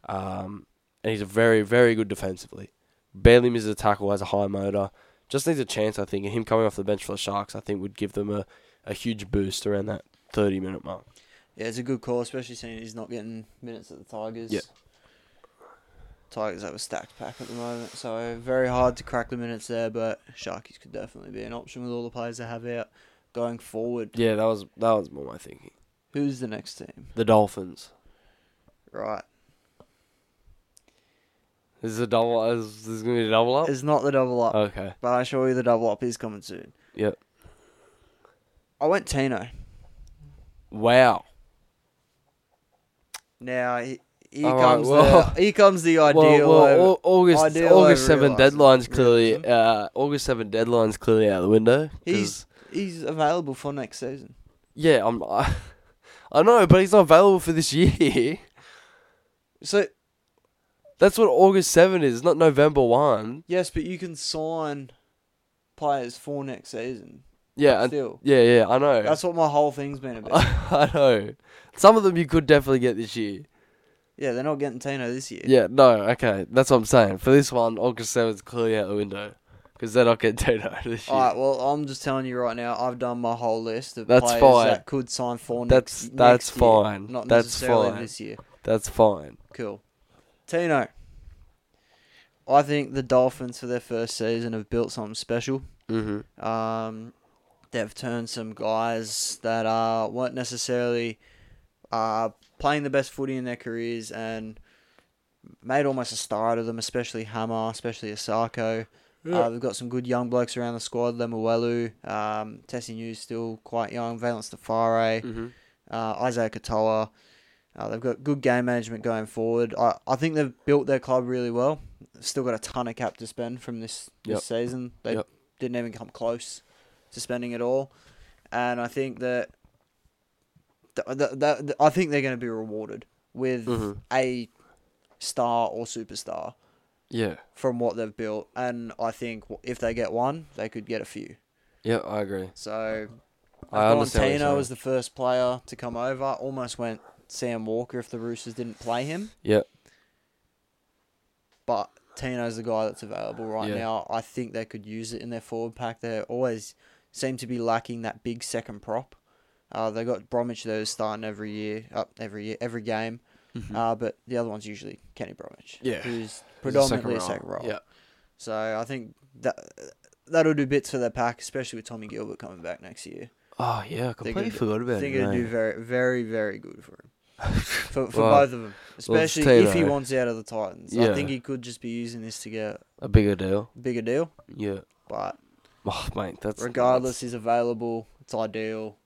S1: Um, and he's a very, very good defensively. Barely misses a tackle, has a high motor. Just needs a chance, I think. And him coming off the bench for the Sharks, I think, would give them a, a huge boost around that 30 minute mark.
S2: Yeah, it's a good call, especially seeing he's not getting minutes at the Tigers.
S1: Yeah.
S2: Tigers have a stacked pack at the moment, so very hard to crack the minutes there. But Sharkies could definitely be an option with all the players they have out going forward.
S1: Yeah, that was that was more my thinking.
S2: Who's the next team?
S1: The Dolphins.
S2: Right,
S1: Is a double? Is this gonna be a double up?
S2: it's not the double up,
S1: okay.
S2: but I assure you the double up is coming soon.
S1: Yep.
S2: I went Tino.
S1: Wow.
S2: Now he, here
S1: All right,
S2: comes
S1: well-
S2: the here comes the ideal.
S1: well,
S2: over-
S1: Au- August
S2: ideal
S1: August
S2: over
S1: seven
S2: realism.
S1: deadlines clearly
S2: Realism.
S1: uh, August seven deadlines clearly out the window. 'cause-
S2: He's- He's available for next season.
S1: yeah, I'm I, I know, but he's not available for this year.
S2: So
S1: That's what August seven is, not November one.
S2: yes, but you can sign players for next season.
S1: Yeah, and,
S2: still.
S1: yeah, yeah. I know.
S2: That's what my whole thing's been about.
S1: I know. Some of them you could definitely get this year.
S2: yeah, they're not getting Tino this year.
S1: Yeah, no, okay. That's what I'm saying. For this one, August 7th's clearly out the window. Because they're not getting Tino this year.
S2: All right. Well, I'm just telling you right now. I've done my whole list of
S1: That's
S2: players
S1: fine.
S2: that could sign for
S1: That's-
S2: next.
S1: that's
S2: next year,
S1: fine.
S2: Not
S1: That's
S2: necessarily
S1: fine.
S2: this year.
S1: That's fine.
S2: Cool. Tino. I think the Dolphins for their first season have built something special.
S1: Mm-hmm.
S2: Um, they've turned some guys that uh, weren't necessarily uh, playing the best footy in their careers and made almost a star out of them, especially Hammer, especially Asako. Uh, they've got some good young blokes around the squad. Lemuelu, um, Tessie News still quite young. Valence Tafare,
S1: mm-hmm.
S2: uh, Isaiah Katoa. Uh, they've got good game management going forward. I, I think they've built their club really well. Still got a ton of cap to spend from this, this
S1: Yep.
S2: season. They
S1: Yep.
S2: didn't even come close to spending it all. And I think that th- th- th- th- I think they're going to be rewarded with
S1: Mhm.
S2: a star or superstar
S1: Yeah.
S2: from what they've built, and I think w- if they get one, they could get a few.
S1: Yeah, I agree.
S2: So
S1: I
S2: I've
S1: understand what
S2: gone
S1: you're
S2: Tino
S1: saying.
S2: was the first player to come over. Almost went Sam Walker if the Roosters didn't play him,
S1: Yeah.
S2: but Tino's the guy that's available right
S1: Yeah.
S2: now. I think they could use it in their forward pack. They always seem to be lacking that big second prop. Uh, they got Bromwich that is starting every year, up every year, every game.
S1: Mm-hmm.
S2: Uh, but the other one's usually Kenny Bromwich,
S1: Hmm. Yeah.
S2: who's
S1: He's a
S2: predominantly a second row.
S1: Yeah.
S2: So I think that that'll do bits for their pack, especially with Tommy Gilbert coming back next year.
S1: Oh, yeah. I
S2: They're gonna
S1: completely
S2: do-
S1: forgot about
S2: think
S1: it.
S2: it'll do
S1: eh?
S2: very, very, very good for him. For, for
S1: Well,
S2: both of them, especially if he
S1: Tino.
S2: wants out of the Titans. I
S1: Yeah.
S2: think he could just be using this to get
S1: A bigger deal.
S2: a bigger deal.
S1: Yeah.
S2: But
S1: Oh, mate, that's...
S2: regardless, he's available. It's ideal.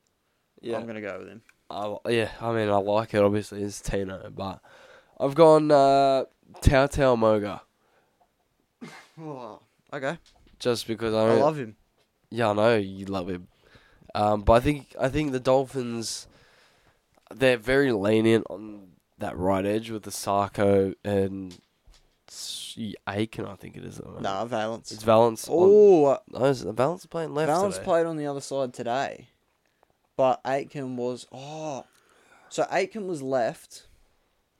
S1: that's- Yeah.
S2: I'm gonna go with him.
S1: I, yeah, I mean, I like it. Obviously, it's Tino, but I've gone uh, Tao Tao Moga Oh,
S2: Okay,
S1: just because I
S2: I
S1: don't.
S2: love him.
S1: yeah, I know you love him, um, but I think I think the Dolphins they're very lenient on that right edge with the Sarko and S- Aiken. I think it is. at the moment.
S2: Nah, Valence.
S1: it's Valence. on-
S2: oh, uh,
S1: no, it's Valence playing left.
S2: Valence
S1: today.
S2: played on the other side today, but Aitken was oh, so Aitken was left,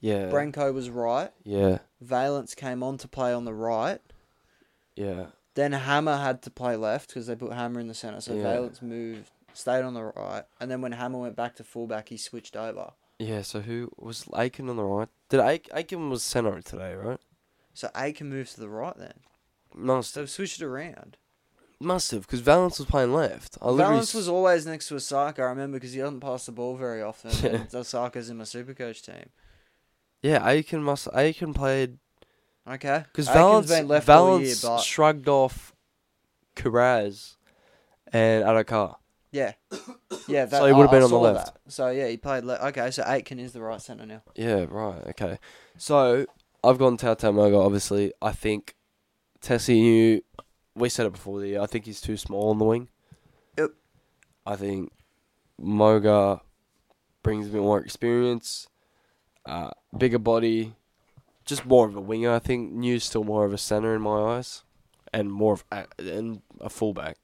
S1: Yeah.
S2: Branko was right,
S1: yeah.
S2: Valence came on to play on the right.
S1: Yeah.
S2: Then Hammer had to play left because they put Hammer in the centre, so
S1: Yeah.
S2: Valence moved, stayed on the right, and then when Hammer went back to fullback, he switched over.
S1: Yeah. So who was Aiken on the right? Did Aiken, Aiken was center today, right?
S2: So Aiken moves to the right then.
S1: Must
S2: So they've switched it around.
S1: must have because Valence was playing left. I literally
S2: Valence
S1: s-
S2: was always next to Osaka, I remember, because he doesn't pass the ball very often.
S1: Yeah.
S2: and Osaka's in my supercoach team.
S1: yeah. Aiken must Aiken played
S2: Okay.
S1: because
S2: Aiken's
S1: Valence
S2: been left all year,
S1: Valence
S2: but
S1: shrugged off Carraz and Adakar.
S2: yeah. Yeah, that,
S1: So he would've
S2: I-
S1: been
S2: I
S1: on the
S2: saw
S1: left.
S2: that. So yeah, he played left. Okay, so Aitken is the right centre now.
S1: Yeah. Right. Okay. So I've gone Tao Tao Moga. Obviously, I think Tessie knew. We said it before the year. I think he's too small on the wing.
S2: Yep.
S1: I think Moga brings a bit more experience, uh, bigger body, just more of a winger. I think New's still more of a center in my eyes, and more of a, and a fullback.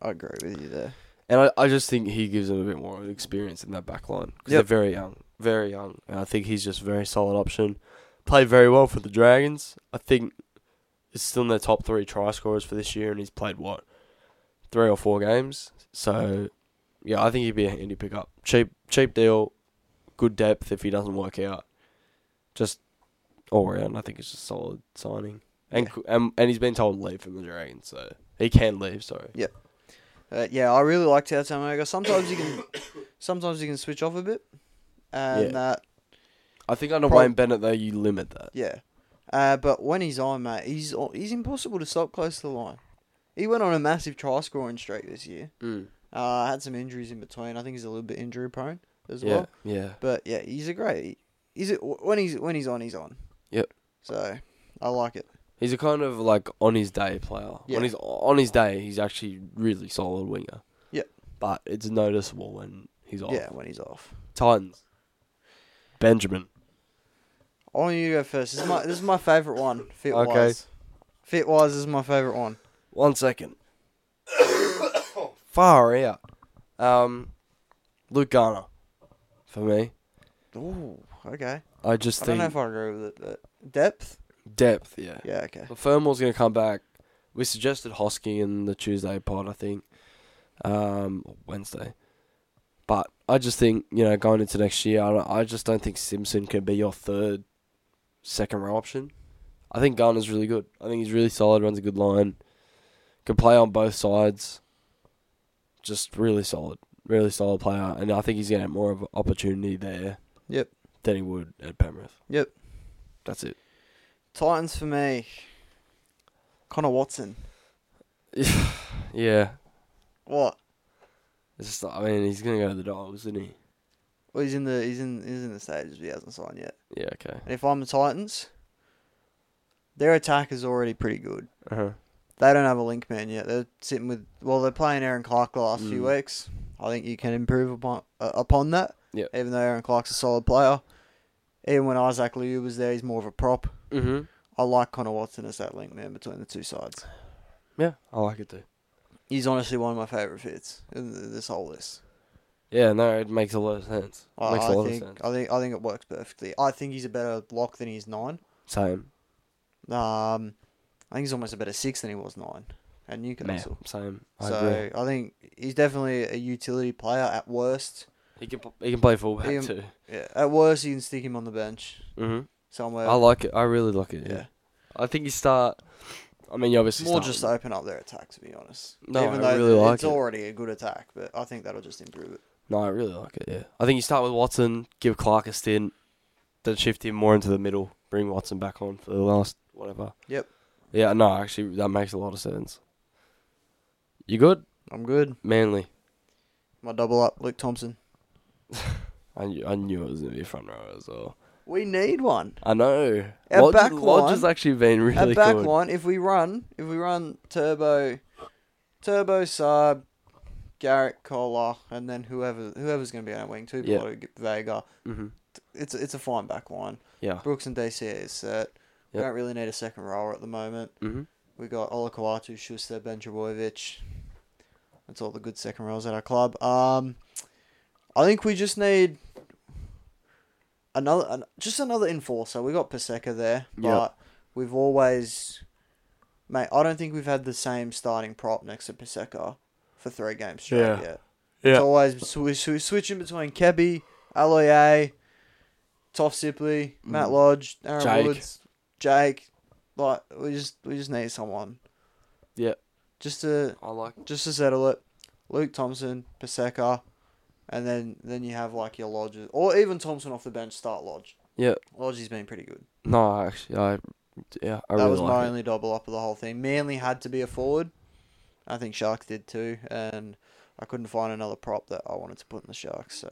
S2: I agree with you there.
S1: And I, I just think he gives them a bit more experience in that back line because
S2: Yep.
S1: they're very young, very young. And I think he's just a very solid option. Played very well for the Dragons. I think is still in their top three try scorers for this year, and he's played what three or four games. So yeah, I think he'd be a handy pickup. Cheap, cheap deal, good depth if he doesn't work out. Just all round, I think it's just a solid signing. And,
S2: Yeah.
S1: c and and he's been told to leave from the Dragons, so he can leave. Sorry.
S2: Uh, yeah, I really liked how Tamago. Sometimes you can, sometimes you can switch off a bit, and
S1: Yeah.
S2: that
S1: I think under
S2: Prob-
S1: Wayne Bennett though, you limit that.
S2: yeah. Uh, but when he's on, mate, he's o- he's impossible to stop close to the line. He went on a massive try scoring streak this year.
S1: Mm.
S2: Uh, had some injuries in between. I think he's a little bit injury prone as
S1: yeah,
S2: well.
S1: yeah,
S2: But yeah, he's a great. He's a, when he's when he's on, he's on.
S1: Yep.
S2: So I like it.
S1: he's a kind of like on his day player.
S2: Yeah.
S1: When he's on his day, he's actually really solid winger.
S2: Yep.
S1: but it's noticeable when he's off.
S2: Yeah, when he's off.
S1: Titans. Benjamin.
S2: I want you to go first. This is my this is my favorite one. Fit
S1: Okay.
S2: wise. Fit wise is my favorite one.
S1: One second. Far out. Um, Luke Garner, for me.
S2: Ooh, okay.
S1: I just
S2: I don't
S1: think
S2: know if I agree with it, but depth.
S1: depth. Yeah.
S2: Yeah, okay.
S1: Well, Fernwell's going to come back. We suggested Hosking in the Tuesday pod, I think, um, Wednesday. But I just think you know going into next year, I, don't- I just don't think Simpson can be your third, second row option. I think Garner's really good. I think he's really solid. Runs a good line. Can play on both sides. Just really solid, really solid player, and I think he's going to have more of an opportunity there.
S2: Yep.
S1: Than he would at Penrith.
S2: Yep.
S1: That's it.
S2: Titans for me. Connor Watson.
S1: Yeah.
S2: What?
S1: It's just, I mean, he's gonna go to the dogs, isn't he?
S2: Well, he's in the he's in he's in the stages. But he hasn't signed yet.
S1: Yeah. Okay.
S2: And if I'm the Titans, their attack is already pretty good.
S1: Uh huh.
S2: They don't have a link man yet. They're sitting with well, they're playing Aaron Clark the last few
S1: Mm.
S2: weeks. I think you can improve upon uh, upon that.
S1: Yep.
S2: Even though Aaron Clark's a solid player, even when Isaac Liu was there, he's more of a prop.
S1: Mhm.
S2: I like Connor Watson as that link man between the two sides.
S1: Yeah, I like it too.
S2: He's honestly one of my favorite fits in th- this whole list.
S1: Yeah. No, it makes a lot of sense.
S2: I,
S1: makes a
S2: Oh, I
S1: lot
S2: think
S1: of sense.
S2: I think I think it works perfectly. I think he's a better block than he's nine.
S1: Same.
S2: Um, I think he's almost a better six than he was nine at Newcastle.
S1: Same. I
S2: So
S1: agree.
S2: I think he's definitely a utility player at worst.
S1: He can p- he can play fullback
S2: Ian-
S1: too.
S2: Yeah, at worst you can stick him on the bench
S1: Mhm.
S2: somewhere.
S1: I like it. I really like it. Yeah.
S2: yeah,
S1: I think you start. I mean, you obviously
S2: more
S1: start
S2: just to
S1: with-
S2: open up their attack. To be honest,
S1: No,
S2: even
S1: I
S2: though
S1: really like
S2: it's
S1: it.
S2: already a good attack, but I think that'll just improve it.
S1: No, I really like it. Yeah. I think you start with Watson, give Clark a stint, then shift him more into the middle, bring Watson back on for the last whatever.
S2: Yep.
S1: Yeah. No, actually, that makes a lot of sense. You good?
S2: I'm good.
S1: Manly.
S2: My double up, Luke Thompson.
S1: I knew, I knew it was gonna be a front rower as well.
S2: We need one.
S1: I know.
S2: Our
S1: Lodge,
S2: back
S1: Lodge
S2: line-
S1: has actually been really
S2: At back
S1: good.
S2: line, if we run, if we run Turbo, Turbo Saab, Garrett Cola, and then whoever whoever's going to be on our wing, two
S1: Yeah.
S2: Vega.
S1: hmm
S2: It's it's a fine back line.
S1: Yeah.
S2: Brooks and DCA is set. We
S1: Oh. Yep.
S2: don't really need a second rower at the moment.
S1: hmm
S2: We got Olakuatu, Schuster, Benjavojevic. That's all the good second rows at our club. Um, I think we just need another, an, just another enforcer. We got Paseka there,
S1: Yep.
S2: but we've always, mate. I don't think we've had the same starting prop next to Paseka for three games straight
S1: Yeah.
S2: yet.
S1: Yeah.
S2: It's always sw- sw- switching between Kebby, Aloye, Toff Sipley, Matt
S1: Mhm.
S2: Lodge, Aaron
S1: Jake.
S2: Woods, Jake. Like we just we just need someone.
S1: Yeah.
S2: Just to
S1: I like.
S2: just to settle it, Luke Thompson, Paseka, and then then you have like your Lodges or even Thompson off the bench start Lodge.
S1: Yeah.
S2: Lodge has been pretty good.
S1: No, actually, I. Yeah, I
S2: that
S1: really
S2: was
S1: like
S2: my
S1: it.
S2: only double up of the whole thing. Manly had to be a forward. I think Sharks did too, and I couldn't find another prop that I wanted to put in the Sharks, so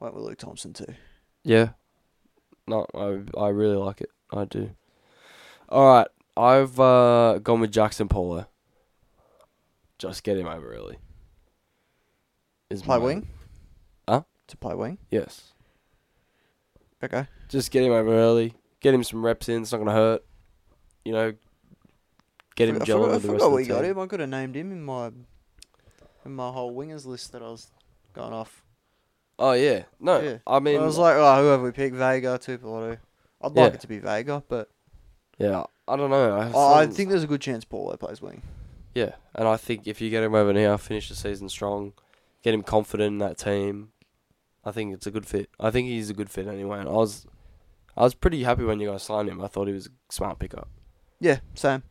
S2: went with Luke Thompson too.
S1: Yeah. No, I I really like it. I do. All right, I've uh, gone with Jackson Polo. Just get him over early. Is
S2: Play
S1: my-
S2: wing?
S1: Huh?
S2: To play wing?
S1: Yes.
S2: Okay.
S1: Just get him over early. Get him some reps in. It's not gonna hurt. You know. Get him
S2: I
S1: gelling
S2: forgot, I
S1: with the rest
S2: forgot
S1: of the
S2: we got
S1: team.
S2: him. I could have named him in my in my whole wingers list that I was going off.
S1: Oh yeah. No,
S2: Yeah.
S1: I mean,
S2: I was like, oh, whoever we pick, Vega, Tupelotu. I'd like
S1: Yeah.
S2: it to be Vega, but
S1: yeah. I don't know. I,
S2: oh, I
S1: some-
S2: think there's a good chance Paulo plays wing.
S1: Yeah, and I think if you get him over now, finish the season strong, get him confident in that team, I think it's a good fit. I think he's a good fit anyway. And I was, I was pretty happy when you guys signed him. I thought he was a smart pickup.
S2: Yeah, same.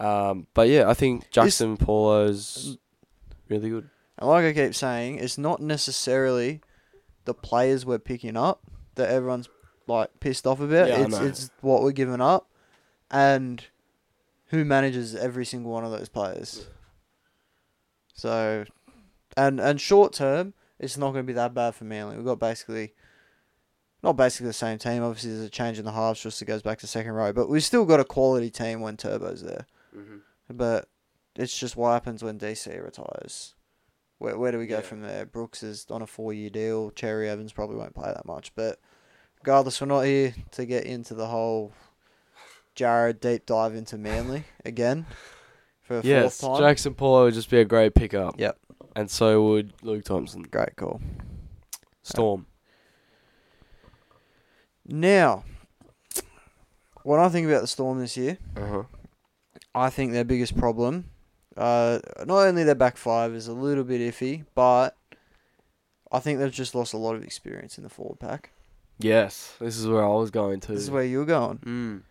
S1: Um, but yeah, I think Jackson Paulo's really good.
S2: And like I keep saying, it's not necessarily the players we're picking up that everyone's like pissed off about.
S1: Yeah, I
S2: it's
S1: know.
S2: it's what we're giving up, and who manages every single one of those players. So, and and short term, it's not going to be that bad for Manly. We've got basically, not basically the same team. Obviously, there's a change in the halves just that goes back to second row, but we've still got a quality team when Turbo's there. But it's just what happens when DC retires. Where where do we go
S1: Yeah.
S2: from there? Brooks is on a four year deal. Cherry Evans probably won't play that much, but regardless, we're not here to get into the whole Jared deep dive into Manly again for a
S1: Yes,
S2: fourth time.
S1: Jackson Paulo would just be a great pickup.
S2: Yep.
S1: and so would Luke Thompson.
S2: Great call.
S1: Storm.
S2: Now, when I think about the Storm this year,
S1: Uh huh.
S2: I think their biggest problem, uh, not only their back five is a little bit iffy, but I think they've just lost a lot of experience in the forward pack.
S1: Yes, this is where I was going to.
S2: This is where you're going.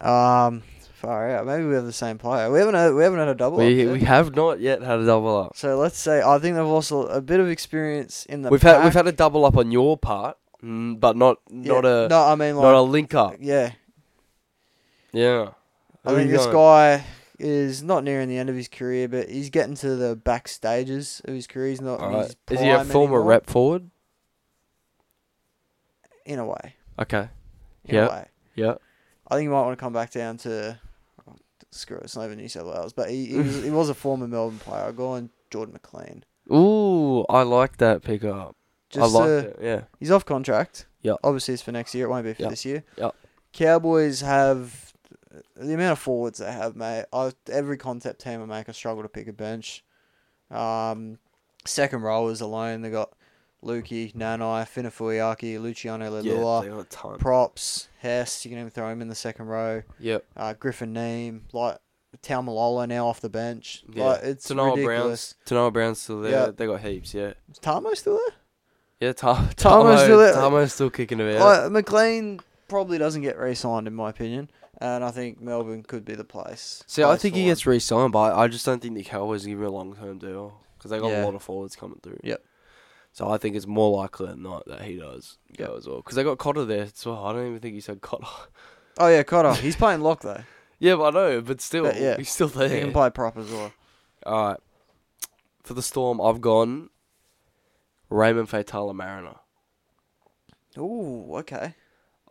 S1: Mm.
S2: Um, far out. Maybe we have the same player. We haven't had, we haven't had a double. up
S1: We
S2: yet.
S1: we have not yet had a double up.
S2: so let's say I think they've lost a, a bit of experience in the.
S1: we've had we've had
S2: pack.
S1: a double up on your part, mm, but not
S2: Yeah,
S1: not a
S2: No, I mean
S1: not a
S2: like
S1: link up.
S2: yeah.
S1: Yeah.
S2: I
S1: Who
S2: think
S1: you
S2: this
S1: going?
S2: guy is not nearing the end of his career, but he's getting to the back stages of his career. He's not. in
S1: All right.
S2: his
S1: Is he a
S2: prime
S1: former
S2: anymore,
S1: rep forward?
S2: In a way.
S1: Okay.
S2: In
S1: Yeah.
S2: a way.
S1: Yeah.
S2: I think he might want to come back down to. oh, Screw it, it's not even New South Wales, but he he was, he was a former Melbourne player. I'll go on Jordan McLean.
S1: Ooh, I like that pickup.
S2: Just
S1: I like
S2: to-
S1: it. Yeah.
S2: He's off contract.
S1: Yeah.
S2: Obviously, it's for next year. It won't be for
S1: Yeah.
S2: this year.
S1: Yeah.
S2: Cowboys have the amount of forwards they have, mate. I, every concept team I make, I struggle to pick a bench. Um, second rowers alone, they got Lukey, Nanai, Finafuyaki, Luciano Lelua,
S1: got a ton.
S2: props, Hess. You can even throw him in the second row.
S1: Yep.
S2: Uh, Griffin Neem, like Taumalola now off the bench.
S1: Yeah.
S2: Like, it's
S1: Tanoa
S2: ridiculous.
S1: Brown's Tanoa Brown's still there.
S2: Yeah.
S1: They got heaps, yeah.
S2: Is Tamo still there?
S1: Yeah, Tam-
S2: Tamo's
S1: Tamo's
S2: still
S1: still
S2: there.
S1: Tamo's still kicking about.
S2: Uh, McLean probably doesn't get re-signed in my opinion, and I think Melbourne could be the place.
S1: See, I
S2: place
S1: think
S2: for
S1: he
S2: one.
S1: gets re-signed, but I just don't think the Cowboys give him a long-term deal because they got
S2: Yeah.
S1: a lot of forwards coming through.
S2: Yep.
S1: So I think it's more likely than not that he does go as well because they got Cotter there as well. I don't even think he said Cotter.
S2: Oh yeah, Cotter. He's playing lock though.
S1: yeah, but I know, but still,
S2: But yeah,
S1: he's still
S2: He
S1: there.
S2: can play prop as well.
S1: All right. For the Storm, I've gone Raymond Fatala Mariner.
S2: Ooh, okay.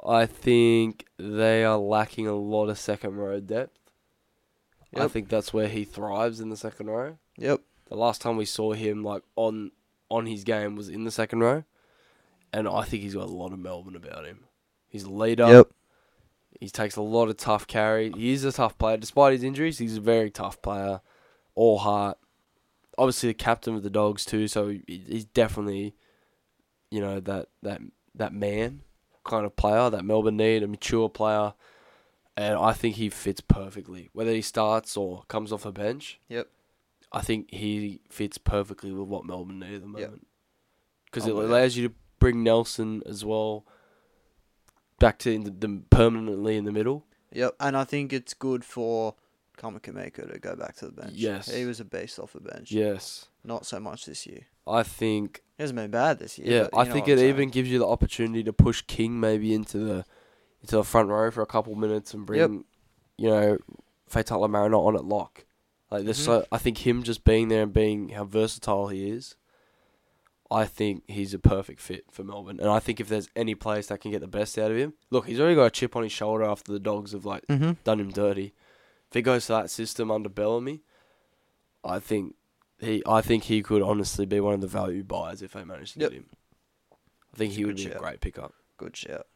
S1: I think they are lacking a lot of second row depth. I
S2: Yep.
S1: think that's where he thrives in the second row.
S2: Yep.
S1: The last time we saw him like on on his game was in the second row, and I think he's got a lot of Melbourne about him. He's a leader.
S2: Yep.
S1: He takes a lot of tough carry. He is a tough player. Despite his injuries, he's a very tough player. All heart. Obviously, the captain of the Dogs too, so he- he's definitely, you know, that that that man kind of player that Melbourne need, a mature player, and I think he fits perfectly. Whether he starts or comes off the bench,
S2: Yep.
S1: I think he fits perfectly with what Melbourne need at the
S2: Yep.
S1: moment. Because
S2: I'm
S1: it
S2: with you.
S1: allows you to bring Nelson as well back to in the, the permanently in the middle.
S2: Yep. And I think it's good for Kamakameko to go back to the bench.
S1: Yes.
S2: He was a beast off the bench.
S1: Yes,
S2: Not so much this year.
S1: I think.
S2: He hasn't been bad this year.
S1: Yeah,
S2: but you
S1: I
S2: know
S1: think
S2: what
S1: it
S2: I'm saying.
S1: even gives you the opportunity to push King maybe into the into the front row for a couple minutes and bring, you know, Fatala Mariner on at lock. Like this,
S2: Mhm.
S1: so I think him just being there and being how versatile he is. I think he's a perfect fit for Melbourne, and I think if there's any place that can get the best out of him, look, he's already got a chip on his shoulder after the Dogs have like
S2: Mhm.
S1: done him dirty. If he goes to that system under Bellamy, I think he I think he could honestly be one of the value buyers if they manage to
S2: Yep.
S1: get him. I think
S2: That's a
S1: he would
S2: good
S1: be a
S2: shout.
S1: great pickup.
S2: Good shout.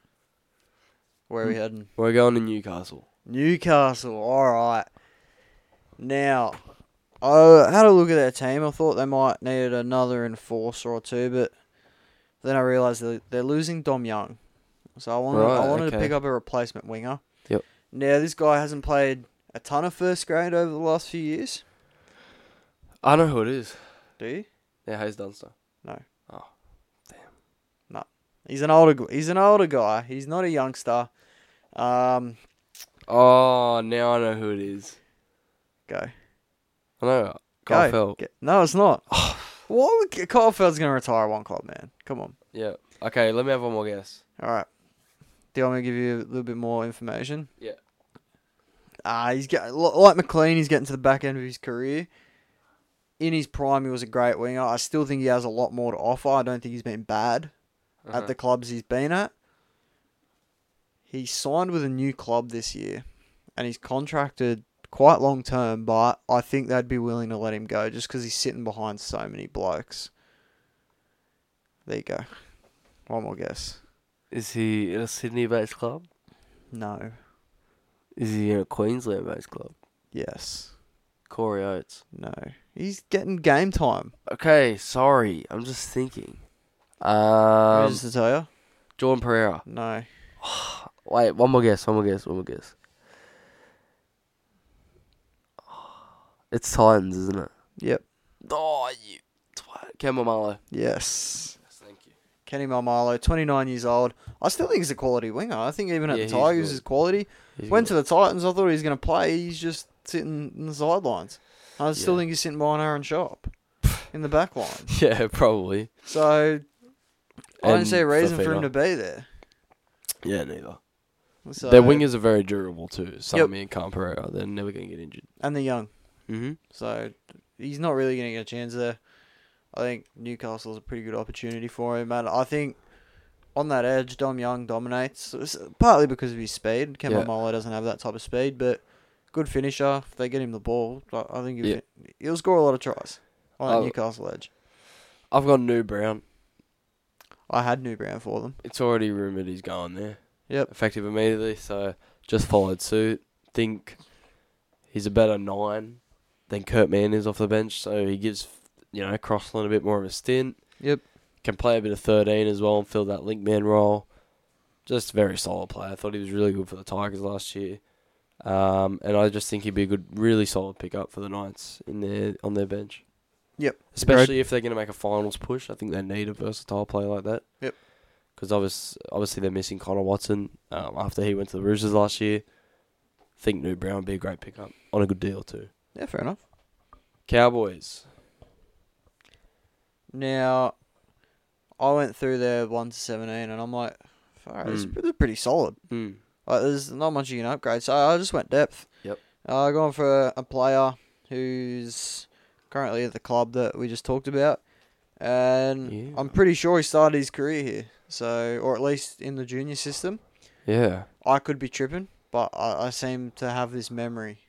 S2: Where are we
S1: Hmm.
S2: heading?
S1: We're going to Newcastle.
S2: Newcastle. All right. Now, I had a look at their team. I thought they might need another enforcer or two, but then I realised they're, they're losing Dom Young. So I wanted, I
S1: Right,
S2: wanted to
S1: okay.
S2: pick up a replacement winger.
S1: Yep.
S2: Now, this guy hasn't played a ton of first grade over the last few years.
S1: I know who it is.
S2: Do you?
S1: Yeah, Hayes Dunster.
S2: He's an older. g- He's an older guy. He's not a youngster. Um,
S1: Oh, now I know who it is.
S2: go.
S1: I know.
S2: Go.
S1: Carfell.
S2: Get- no, it's not. what? would- Caulfield's going to retire one club, man. Come on.
S1: Yeah. Okay, let me have one more guess.
S2: All right. Do you want me to give you a little bit more information?
S1: Yeah.
S2: Uh, he's get, li- like McLean, he's getting to the back end of his career. In his prime, he was a great winger. I still think he has a lot more to offer. I don't think he's been bad
S1: Uh-huh.
S2: at the clubs he's been at. He signed with a new club this year, and he's contracted quite long term. But I think they'd be willing to let him go just because he's sitting behind so many blokes. There you go. One more guess.
S1: Is he in a Sydney based club?
S2: No.
S1: Is he in a Queensland based club?
S2: Yes.
S1: Corey Oates.
S2: No. He's getting game time.
S1: Okay, sorry. I'm just thinking.
S2: Um,
S1: Um,
S2: just to tell you.
S1: Jordan Pereira.
S2: No.
S1: Wait, one more guess. One more guess. One more guess. It's Titans, isn't it?
S2: Yep.
S1: Oh, you twat. Kemba Marlow.
S2: Yes.
S1: Yes, thank you.
S2: Kenny Malmalo, 29 years old. I still think he's a quality winger. I think even at
S1: Yeah,
S2: the
S1: he's
S2: Tigers,
S1: good.
S2: his quality. Went to the Titans. I thought he was going to play. He's just sitting in the sidelines. I still
S1: Yeah.
S2: think he's sitting behind Aaron Sharp in the back line.
S1: yeah, probably.
S2: So I don't
S1: And
S2: see a reason for
S1: Fafita.
S2: him to be there.
S1: Yeah, neither.
S2: So,
S1: Their wingers are very durable too.
S2: Yep.
S1: Sami and Kemba Pereira. They're never going to get injured.
S2: and the young.
S1: Mm-hmm.
S2: So he's not really going to get a chance there. I think Newcastle's a pretty good opportunity for him, and I think on that edge, Dom Young dominates It's partly because of his speed. Kemba
S1: Yeah.
S2: Molo doesn't have that type of speed, but good finisher. If they get him the ball, I I think he'll,
S1: Yeah.
S2: he'll score a lot of tries on that
S1: I'll-
S2: Newcastle edge.
S1: I've got New Brown.
S2: I had New Brown for them.
S1: It's already rumored he's going there.
S2: Yep.
S1: Effective immediately, so just followed suit. Think he's a better nine than Kurt Mann is off the bench, so he gives you know Crossland a bit more of a stint.
S2: Yep.
S1: Can play a bit of thirteen as well and fill that link man role. Just very solid player. I thought he was really good for the Tigers last year, um, and I just think he'd be a good, really solid pickup for the Knights in their on their bench.
S2: Yep.
S1: Especially if they're going to make a finals push, I think they need a versatile player like that.
S2: Yep.
S1: Because obviously, obviously they're missing Connor Watson um, after he went to the Roosters last year. Think New Brown would be a great pickup on a good deal too.
S2: Yeah, fair enough.
S1: Cowboys.
S2: Now, I went through their one to seventeen, and I'm like, all right, it's
S1: Mm.
S2: pretty- pretty solid.
S1: Mm.
S2: Like, there's not much you can upgrade, so I just went depth.
S1: Yep.
S2: Uh, going for a, a player who's currently at the club that we just talked about, and
S1: Yeah.
S2: I'm pretty sure he started his career here. So, or at least in the junior system.
S1: Yeah.
S2: I could be tripping, but I, I seem to have this memory.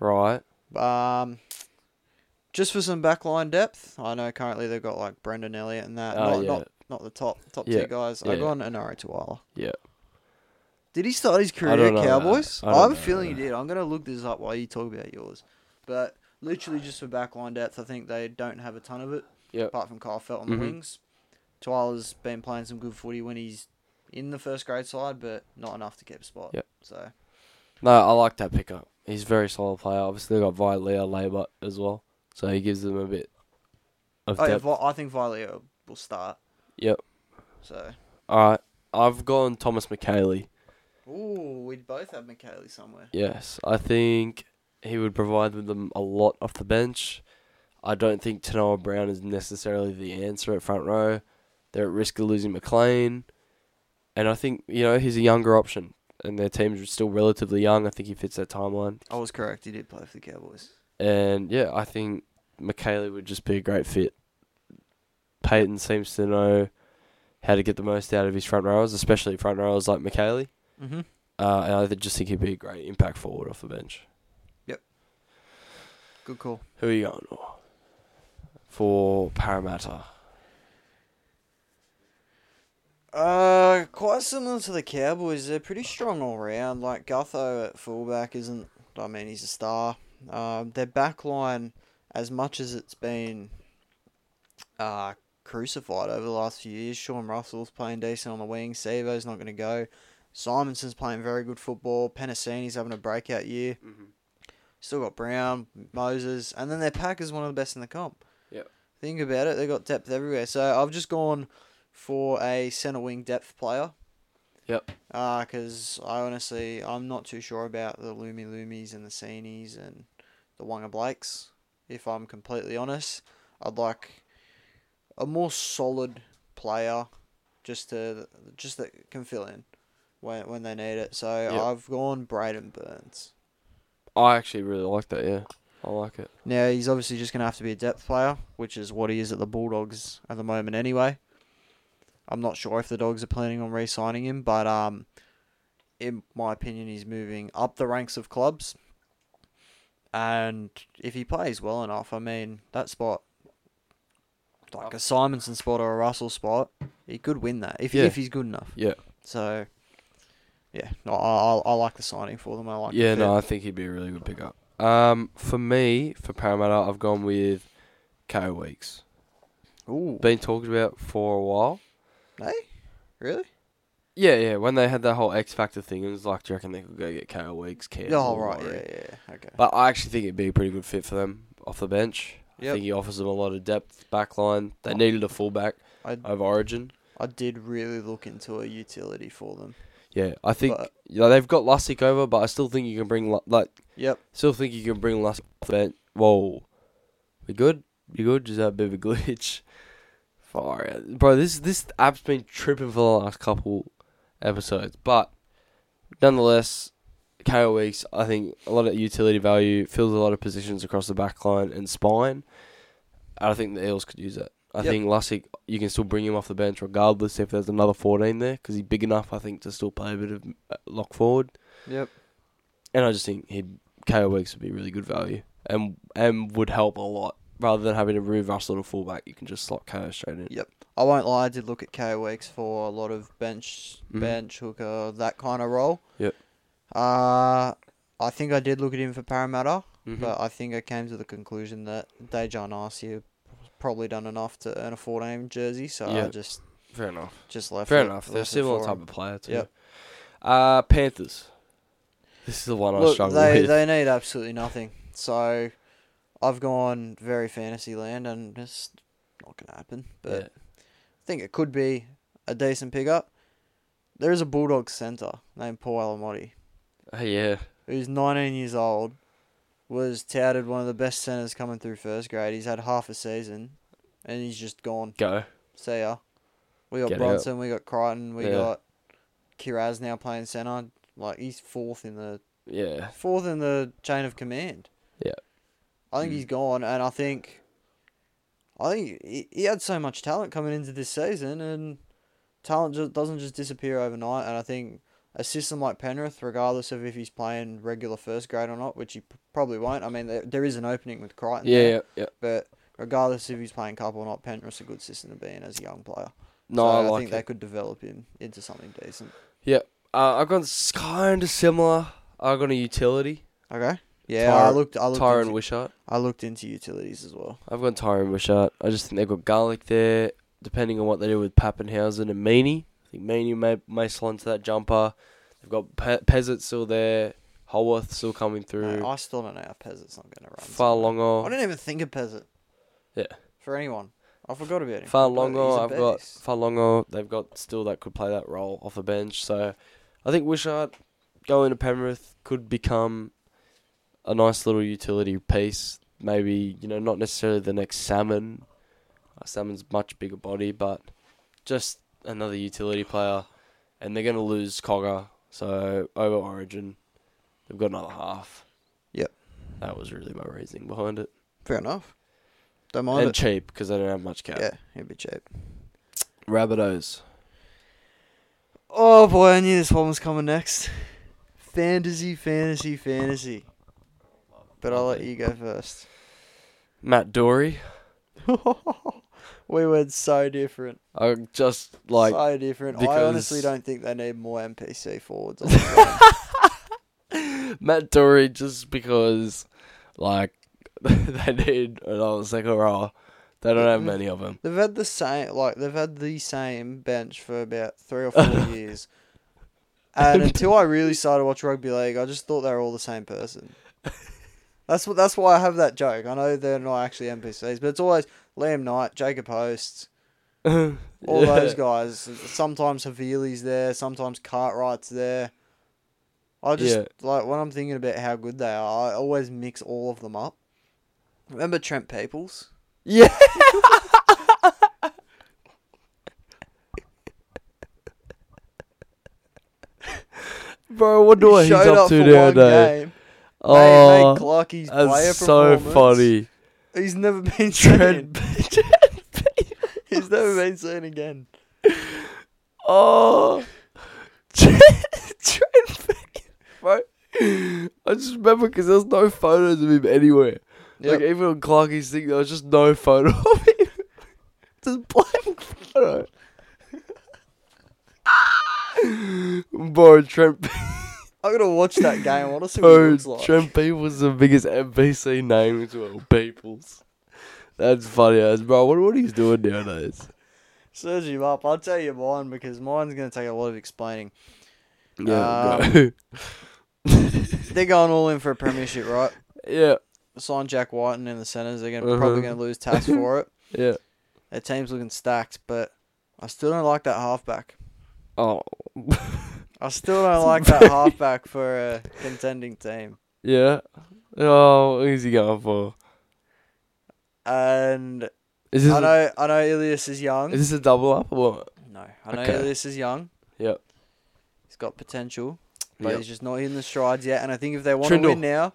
S1: Right.
S2: Um, just for some backline depth, I know currently they've got like Brendan Elliott and that.
S1: Oh,
S2: not,
S1: yeah.
S2: not not the top top
S1: Yeah,
S2: two guys.
S1: yeah,
S2: I've gone Enaro Tuala.
S1: Yeah.
S2: Did he start his career
S1: don't
S2: at
S1: know that.
S2: Cowboys?
S1: I
S2: I,
S1: don't
S2: have a
S1: know
S2: feeling
S1: that.
S2: he did. I'm gonna look this up while you talk about yours. But literally just for backline depth, I think they don't have a ton of it.
S1: Yep.
S2: Apart from Kyle Felt on
S1: Mhm.
S2: the wings. Tuala's been playing some good footy when he's in the first grade side, but not enough to keep a spot.
S1: Yep.
S2: So
S1: No, I like that pickup. He's a very solid player. Obviously, they've got Vilea Labor as well, so he gives them a bit of
S2: oh, yeah,
S1: depth.
S2: Vi- I think Vileo will start.
S1: Yep.
S2: So
S1: All right, I've gone Thomas McKayley.
S2: Ooh, we'd both have McKaylee somewhere.
S1: Yes, I think he would provide with them a lot off the bench. I don't think Tanoa Brown is necessarily the answer at front row. They're at risk of losing McLean, and I think you know he's a younger option, and their team's still relatively young. I think he fits that timeline.
S2: I was correct. He did play for the Cowboys.
S1: And yeah, I think McKaylee would just be a great fit. Peyton seems to know how to get the most out of his front rowers, especially front rowers like McKaylee.
S2: Mm-hmm.
S1: Uh, and I th- just think he'd be a great impact forward off the bench.
S2: Good call.
S1: Who are you going for? For Parramatta.
S2: Uh, quite similar to the Cowboys. They're pretty strong all round. Like Gutho at fullback isn't. I mean, he's a star. Um, their back line, as much as it's been uh, crucified over the last few years, Sean Russell's playing decent on the wing. Sevo's not going to go. Simonson's playing very good football. Penasini's having a breakout year. Still got Brown, Moses, and then their pack is one of the best in the comp.
S1: Yep.
S2: Think about it, they got depth everywhere. So I've just gone for a centre wing depth player.
S1: Yep.
S2: Because I honestly, I'm not too sure about the Lumi Lumis and the Sinis and the Wonga Blakes. If I'm completely honest, I'd like a more solid player, just to just that can fill in when when they need it. So
S1: Yep.
S2: I've gone Braden Burns.
S1: I actually really like that, yeah. I like it.
S2: Now he's obviously just going to have to be a depth player, which is what he is at the Bulldogs at the moment anyway. I'm not sure if the Dogs are planning on re-signing him, but um, in my opinion, he's moving up the ranks of clubs. And if he plays well enough, I mean that spot, like a Simonson spot or a Russell spot, he could win that if
S1: Yeah.
S2: if he's good enough.
S1: Yeah.
S2: So, yeah, no, I, I I like the signing for them. I like. the
S1: yeah,
S2: fit.
S1: no, I think he'd be a really good pickup. Um, for me, for Parramatta, I've gone with K Weeks.
S2: Ooh,
S1: Been talked about for a while.
S2: hey, really?
S1: Yeah, yeah. When they had that whole X Factor thing, it was like, do you reckon they could go get KO Weeks, Campbell,
S2: oh right,
S1: Laurie?
S2: yeah, yeah, yeah, okay.
S1: But I actually think it'd be a pretty good fit for them off the bench. I
S2: Yep. Oh.
S1: think he offers them a lot of depth back line. They needed a fullback
S2: I
S1: of Origin.
S2: I did really look into a utility for them.
S1: Yeah, I think
S2: But-
S1: you know, they've got Lussick over, but I still think you can bring Lu- like
S2: Yep.
S1: still think you can bring Lussick off the bench. Whoa, we good? You good? Just had a bit of a glitch. Far out, bro. This this app's been tripping for the last couple episodes, but nonetheless, KO Weeks, I think a lot of utility value, fills a lot of positions across the back line and spine. And I think the Eels could use that. I
S2: Yep.
S1: think Lussick, you can still bring him off the bench regardless if there's another 14 there because he's big enough, I think, to still play a bit of uh, lock forward.
S2: Yep.
S1: And I just think he'd, KO Weeks would be really good value and and would help a lot. Rather than having to move Russell to fullback, you can just slot KO straight in.
S2: I won't lie, I did look at K Weeks for a lot of bench
S1: Mhm.
S2: bench hooker, that kind of role.
S1: Yep.
S2: Uh I think I did look at him for Parramatta,
S1: Mhm.
S2: but I think I came to the conclusion that Dejan Arcia probably done enough to earn a fourteen jersey, so I
S1: Yeah.
S2: just
S1: Fair enough.
S2: just left.
S1: Fair
S2: it-
S1: enough. They're a
S2: left it
S1: similar
S2: for
S1: type
S2: him.
S1: of player too.
S2: Yep.
S1: Uh, Panthers. This is the one I
S2: Look,
S1: struggle
S2: they
S1: with.
S2: they need absolutely nothing. So I've gone very fantasy land and it's not gonna happen. But
S1: Yeah.
S2: think it could be a decent pickup. There is a Bulldog centre named Paul Alamotti,
S1: Uh, yeah.
S2: who's 19 years old, was touted one of the best centres coming through first grade. He's had half a season, and he's just gone.
S1: Go.
S2: See ya. We got
S1: Get out.
S2: Bronson, we got Crichton, we
S1: Yeah.
S2: got Kiraz now playing centre. Like he's fourth in the
S1: Yeah.
S2: fourth in the chain of command.
S1: Yeah.
S2: I think
S1: Mm.
S2: he's gone, and I think I think he, he had so much talent coming into this season, and talent just doesn't just disappear overnight. And I think a system like Penrith, regardless of if he's playing regular first grade or not, which he p- probably won't. I mean, there, there is an opening with Crichton.
S1: Yeah,
S2: there,
S1: yeah, yeah.
S2: But regardless if he's playing cup or not, Penrith's a good system to be in as a young player.
S1: No,
S2: So
S1: I
S2: I
S1: like
S2: think
S1: it.
S2: they could develop him into something decent.
S1: Uh, I've gone kind of similar. I've gone a utility.
S2: Okay. Yeah,
S1: Tyron-
S2: I looked. I looked.
S1: Tyron
S2: into,
S1: Wishart.
S2: I looked into utilities as well.
S1: I've gone Tyron Wishart. I just think they've got garlic there, depending on what they do with Pappenhausen and Meany. I think Meany may, may slot into that jumper. They've got Pe- Pezzett still there. Holworth still coming through.
S2: Mate, I still don't know if Pezzett's not going to run.
S1: Far
S2: I
S1: longer.
S2: didn't even think of Pezzett.
S1: Yeah.
S2: For anyone, I forgot about him.
S1: Far
S2: Forgot- he's
S1: longer.
S2: a
S1: I've got
S2: beast.
S1: Far longer. They've got still that could play that role off the bench. So I think Wishart going to Penrith could become a nice little utility piece. Maybe you know not necessarily the next Salmon. Uh, Salmon's much bigger body, but just another utility player. And they're going to lose Cogger. So over Origin, they've got another half.
S2: Yep.
S1: That was really my reasoning behind it.
S2: Fair enough. Don't
S1: and
S2: mind it.
S1: cheap because they don't have much cap.
S2: Yeah, he'd be cheap.
S1: Rabbitohs.
S2: Oh boy, I knew this one was coming next. Fantasy, fantasy, fantasy. But I'll let you go first.
S1: Matt Dory.
S2: we went so different.
S1: I just like
S2: so different. I honestly
S1: because-
S2: don't think they need more NPC forwards.
S1: Matt Dory just because, like, they need another second row. They don't have many of them.
S2: They've had the same, like they've had the same bench for about three or four years, and until I really started to watch rugby league, I just thought they were all the same person. That's what. That's why I have that joke. I know they're not actually NPCs, but it's always Liam Knight, Jacob Host, all
S1: Yeah.
S2: those guys. Sometimes Havili's there, sometimes Cartwright's there. I just
S1: Yeah.
S2: like when I'm thinking about how good they are. I always mix all of them up. Remember Trent Peoples?
S1: Yeah. Bro, what do I
S2: He
S1: he's up to
S2: one
S1: nowadays?
S2: game. They
S1: Oh,
S2: make Clarkie's player
S1: that's so
S2: performance.
S1: funny.
S2: He's never been seen.
S1: Trent.
S2: He's never been seen again.
S1: Oh, Trent, bro. I just remember because there's no photos of him anywhere.
S2: Yep.
S1: Like even on Clarky's thing, there was just no photo of him. just blank photo. bro, Trent.
S2: I'm gonna watch that game. I want to see what he
S1: Bro,
S2: looks like.
S1: Trent Peoples is the biggest NPC name as well. Peoples. That's funny as bro. What what he's doing nowadays?
S2: Search him up. I'll tell you mine because mine's gonna take a lot of explaining.
S1: Yeah,
S2: Um,
S1: go.
S2: They're going all in for a premiership, right?
S1: yeah,
S2: Sign Jack Whiten in the centres. They're gonna
S1: Uh-huh.
S2: probably gonna lose Tass for it.
S1: yeah.
S2: Their team's looking stacked, but I still don't like that halfback.
S1: Oh,
S2: I still don't like that halfback for a contending team.
S1: yeah. Oh, who's he going for?
S2: And
S1: Is this
S2: I
S1: a,
S2: know, I know, Ilias is young.
S1: is this a double up or what?
S2: No, I know
S1: Okay.
S2: Elias is young.
S1: Yep.
S2: He's got potential, but
S1: Yep.
S2: he's just not hitting the strides yet. And I think if they want
S1: Trindle.
S2: to win now,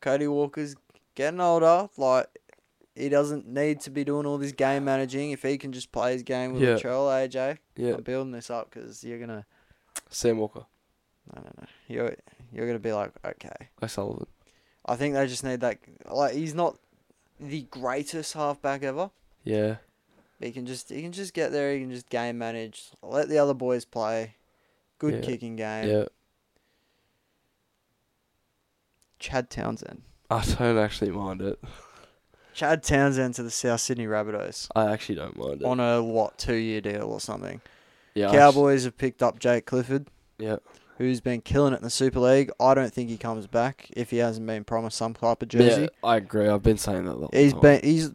S2: Cody Walker's getting older. Like he doesn't need to be doing all this game managing. If he can just play his game with
S1: Yeah.
S2: Latrell, AJ,
S1: Yeah,
S2: I'm building this up because you're gonna,
S1: Sam Walker,
S2: I don't know, you're you're gonna be like, okay.
S1: O'Sullivan.
S2: I think they just need that. Like he's not the greatest halfback ever.
S1: Yeah,
S2: He can just he can just get there. He can just game manage. Let the other boys play. Good
S1: Yeah.
S2: kicking game.
S1: yeah.
S2: Chad Townsend.
S1: I don't actually mind it.
S2: Chad Townsend to the South Sydney Rabbitohs
S1: I actually don't mind it.
S2: on a what two year deal or something.
S1: yeah, I
S2: Cowboys have picked up Jake Clifford,
S1: actu- yeah,
S2: who's been killing it in the Super League. I don't think he comes back if he hasn't been promised some type of
S1: yeah.
S2: jersey.
S1: I agree. I've been saying that. The whole
S2: He's
S1: time.
S2: been he's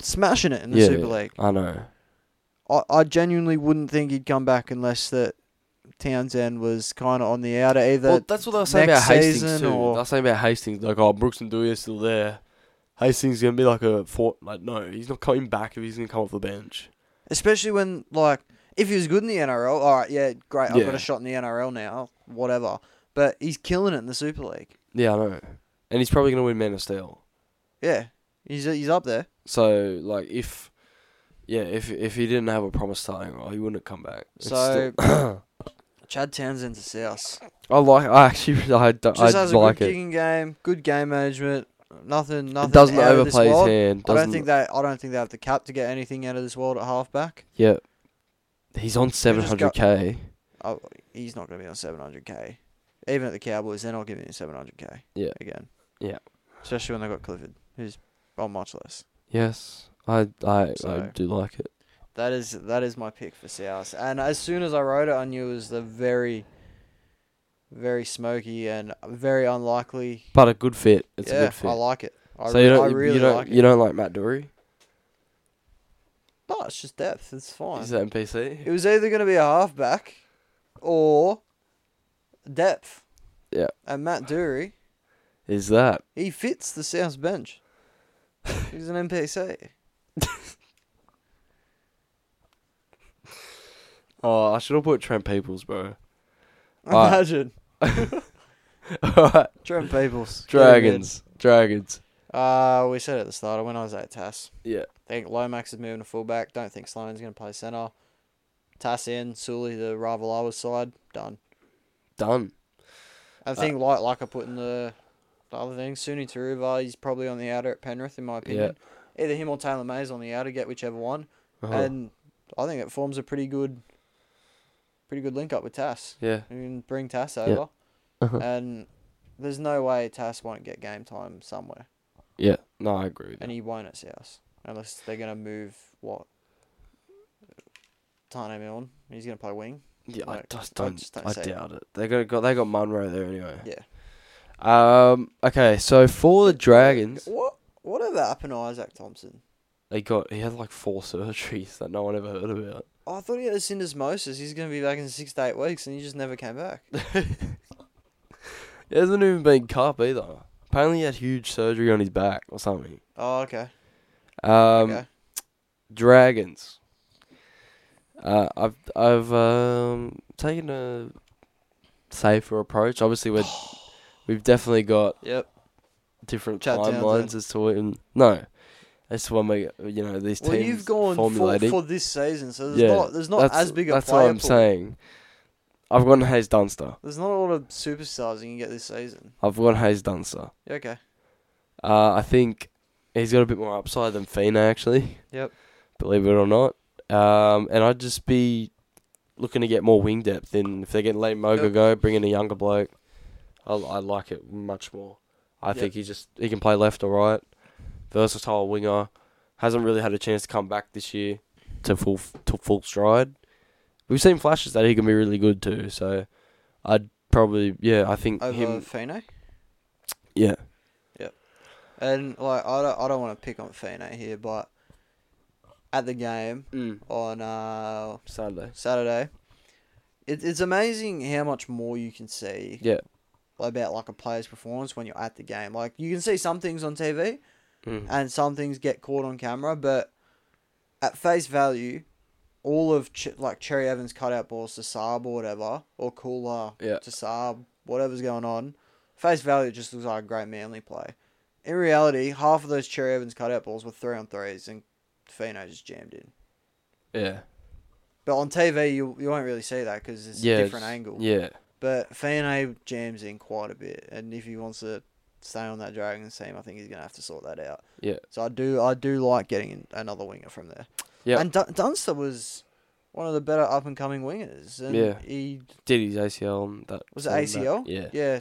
S2: smashing it in the
S1: Oh. Yeah,
S2: Super
S1: yeah.
S2: League.
S1: I know.
S2: I, I genuinely wouldn't think he'd come back unless that Townsend was kind of on the outer either.
S1: well, that's what I was saying about
S2: next
S1: Hastings
S2: season
S1: too.
S2: or-
S1: I was saying about Hastings, like, oh, Brooks and Dewey are still there. Hastings is gonna be like a fort. Like, no, he's not coming back if he's gonna come off the bench.
S2: Especially when, like, if he was good in the NRL, all right, yeah, great, I've
S1: Yeah.
S2: got a shot in the NRL now, whatever. But he's killing it in the Super League.
S1: Yeah, I know. And he's probably gonna win Man of Steel.
S2: Yeah. He's he's up there.
S1: So like if yeah, if if he didn't have a promised starting role, he wouldn't have come back. It's
S2: So-
S1: still-
S2: Chad Townsend's a souse.
S1: I like. I actually. I, do,
S2: Just
S1: I
S2: has a
S1: like
S2: good
S1: it.
S2: kicking game, good game management. Nothing, nothing.
S1: It doesn't
S2: out of this
S1: overplay his
S2: world.
S1: hand.
S2: I
S1: Doesn't,
S2: don't think they. I don't think they have the cap to get anything out of this world at halfback.
S1: Yeah. He's on
S2: just got-
S1: 700k.
S2: Oh, he's not going to be on 700k. Even at the Cowboys, they're not giving him 700k.
S1: Yeah.
S2: Again.
S1: Yeah.
S2: Especially when they got Clifford, who's on much less.
S1: Yes, I I I
S2: So-
S1: do like it.
S2: That is that is my pick for South. And as soon as I wrote it, I knew it was the very, very smoky and very unlikely.
S1: But a good fit. It's
S2: yeah,
S1: a good fit.
S2: I like it. I,
S1: so
S2: re-
S1: you don't
S2: I really
S1: you don't
S2: like
S1: you
S2: it.
S1: don't like Matt Dury?
S2: No, it's just depth. It's fine.
S1: He's an NPC.
S2: It was either going to be a halfback or depth.
S1: Yeah.
S2: And Matt Dury,
S1: Is that?
S2: he fits the South bench. He's an NPC.
S1: Oh, I should have put Trent Peoples, bro. Alright.
S2: Imagine.
S1: Alright,
S2: Trent Peoples. Get him in.
S1: dragons, dragons.
S2: Uh, we said at the start, I went Isaiah Tass.
S1: Yeah,
S2: think Lomax is moving to fullback. Don't think Sloan's going to play centre. Tass in, Sully, the Ravalawa side. Done.
S1: done.
S2: I think, like like I put in the, the other thing, Suni Taruva, he's probably on the outer at Penrith, in my opinion. Either him or Taylor Mays on the outer, get whichever one.
S1: Oh,
S2: And I think it forms a pretty good pretty good link up with Tass.
S1: yeah,
S2: You can bring Tass
S1: Yeah.
S2: over. And there's no way Tass won't get game time somewhere.
S1: yeah. No, I agree with you.
S2: And he won't at South. Unless they're going to move, what? Tane Milne. He's going to play wing.
S1: Yeah, I
S2: Like,
S1: just
S2: I
S1: don't. I,
S2: just don't see it.
S1: doubt it. They got got they got Munro there anyway.
S2: Yeah.
S1: Um. Okay. So for the Dragons,
S2: What Whatever happened to Isaac Thompson?
S1: they got he had like four surgeries that no one ever heard about.
S2: I thought he had a syndesmosis. He's going to be back in six to eight weeks, and he just never came back.
S1: He hasn't even been cup either. Apparently, he had huge surgery on his back or something.
S2: Oh, okay.
S1: Um,
S2: okay.
S1: Dragons. Uh, I've I've um taken a safer approach. Obviously, we're we've definitely got
S2: Yep.
S1: different
S2: Chad Townsend.
S1: timelines as to when. No, that's when we you know these teams
S2: Well, you've gone for,
S1: formulating.
S2: for this season, so there's
S1: Yeah,
S2: not there's not
S1: that's
S2: as big a
S1: that's
S2: player
S1: what I'm
S2: pool.
S1: saying. I've gone Hayes Dunster.
S2: There's not a lot of superstars you can get this season.
S1: I've gone Hayes Dunster.
S2: Yeah, Okay.
S1: Uh, I think he's got a bit more upside than Fina, actually.
S2: Yep.
S1: Believe it or not. Um, and I'd just be looking to get more wing depth. And if they get late Moga
S2: Yep.
S1: go, bring in a younger bloke. I, I like it much more. I
S2: Yep.
S1: think he just he can play left or right. Versatile winger. Hasn't really had a chance to come back this year to full to full stride. We've seen flashes that he can be really good too. So I'd probably yeah I think
S2: Over
S1: him
S2: Fino.
S1: yeah
S2: And like I don't, I don't want to pick on Fino here, but at the game on uh,
S1: Saturday
S2: Saturday, it, it's amazing how much more you can see
S1: yeah
S2: about like a player's performance when you're at the game. Like you can see some things on TV
S1: Mm.
S2: and some things get caught on camera, but at face value, all of Ch- like Cherry Evans' cutout balls to Saab or whatever, or Cooler
S1: Yeah.
S2: to Saab, whatever's going on, face value it just looks like a great manly play. In reality, half of those Cherry Evans cutout balls were three on threes, and Fino just jammed in.
S1: yeah
S2: But on TV, you you won't really see that because it's
S1: yeah
S2: a different
S1: it's-
S2: angle.
S1: yeah
S2: But Fano jams in quite a bit, and if he wants to stay on that Dragons team, I think he's gonna have to sort that out.
S1: Yeah.
S2: So I do I do like getting another winger from there.
S1: Yeah.
S2: And Dun- Dunster was one of the better up and coming wingers, and
S1: Yeah.
S2: he
S1: did his ACL and that
S2: was it
S1: and that-
S2: ACL.
S1: Yeah.
S2: Yeah.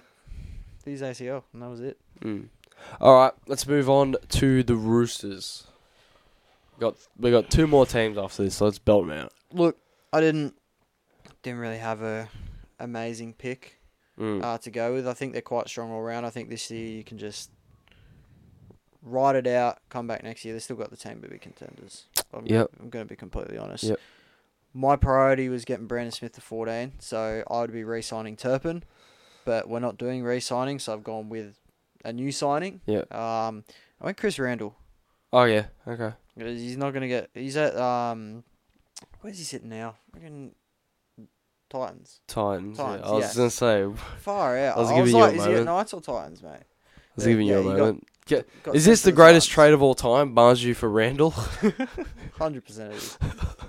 S2: He's ACL, and that was it.
S1: Mm. All right, let's move on to the Roosters. Got we got two more teams after this, so let's belt them out.
S2: Look, I didn't didn't really have a amazing pick.
S1: Mm.
S2: uh, to go with. I think they're quite strong all round. I think this year you can just ride it out, come back next year. They've still got the team to be contenders. I'm,
S1: Yep.
S2: I'm going to be completely honest.
S1: Yep.
S2: My priority was getting Brandon Smith to 14, so I would be re signing Turpin, but we're not doing re signing, so I've gone with a new signing.
S1: Yep.
S2: Um, I went Chris Randall.
S1: oh yeah, okay.
S2: 'cause He's not going to get. He's at. um, Where's he sitting now? Freaking Titans.
S1: Titans. yeah.
S2: Titans,
S1: I was
S2: yes.
S1: gonna say, I
S2: Far out.
S1: I was
S2: I was,
S1: giving you a
S2: like, is he at
S1: moment.
S2: Knights or Titans, mate?
S1: was
S2: Yeah,
S1: giving
S2: yeah,
S1: you a
S2: you got-
S1: moment. Get-
S2: got
S1: Is
S2: sent
S1: this
S2: to
S1: the greatest
S2: Suns.
S1: trade of all time? Barnsley for Randall?
S2: Hundred percent it is.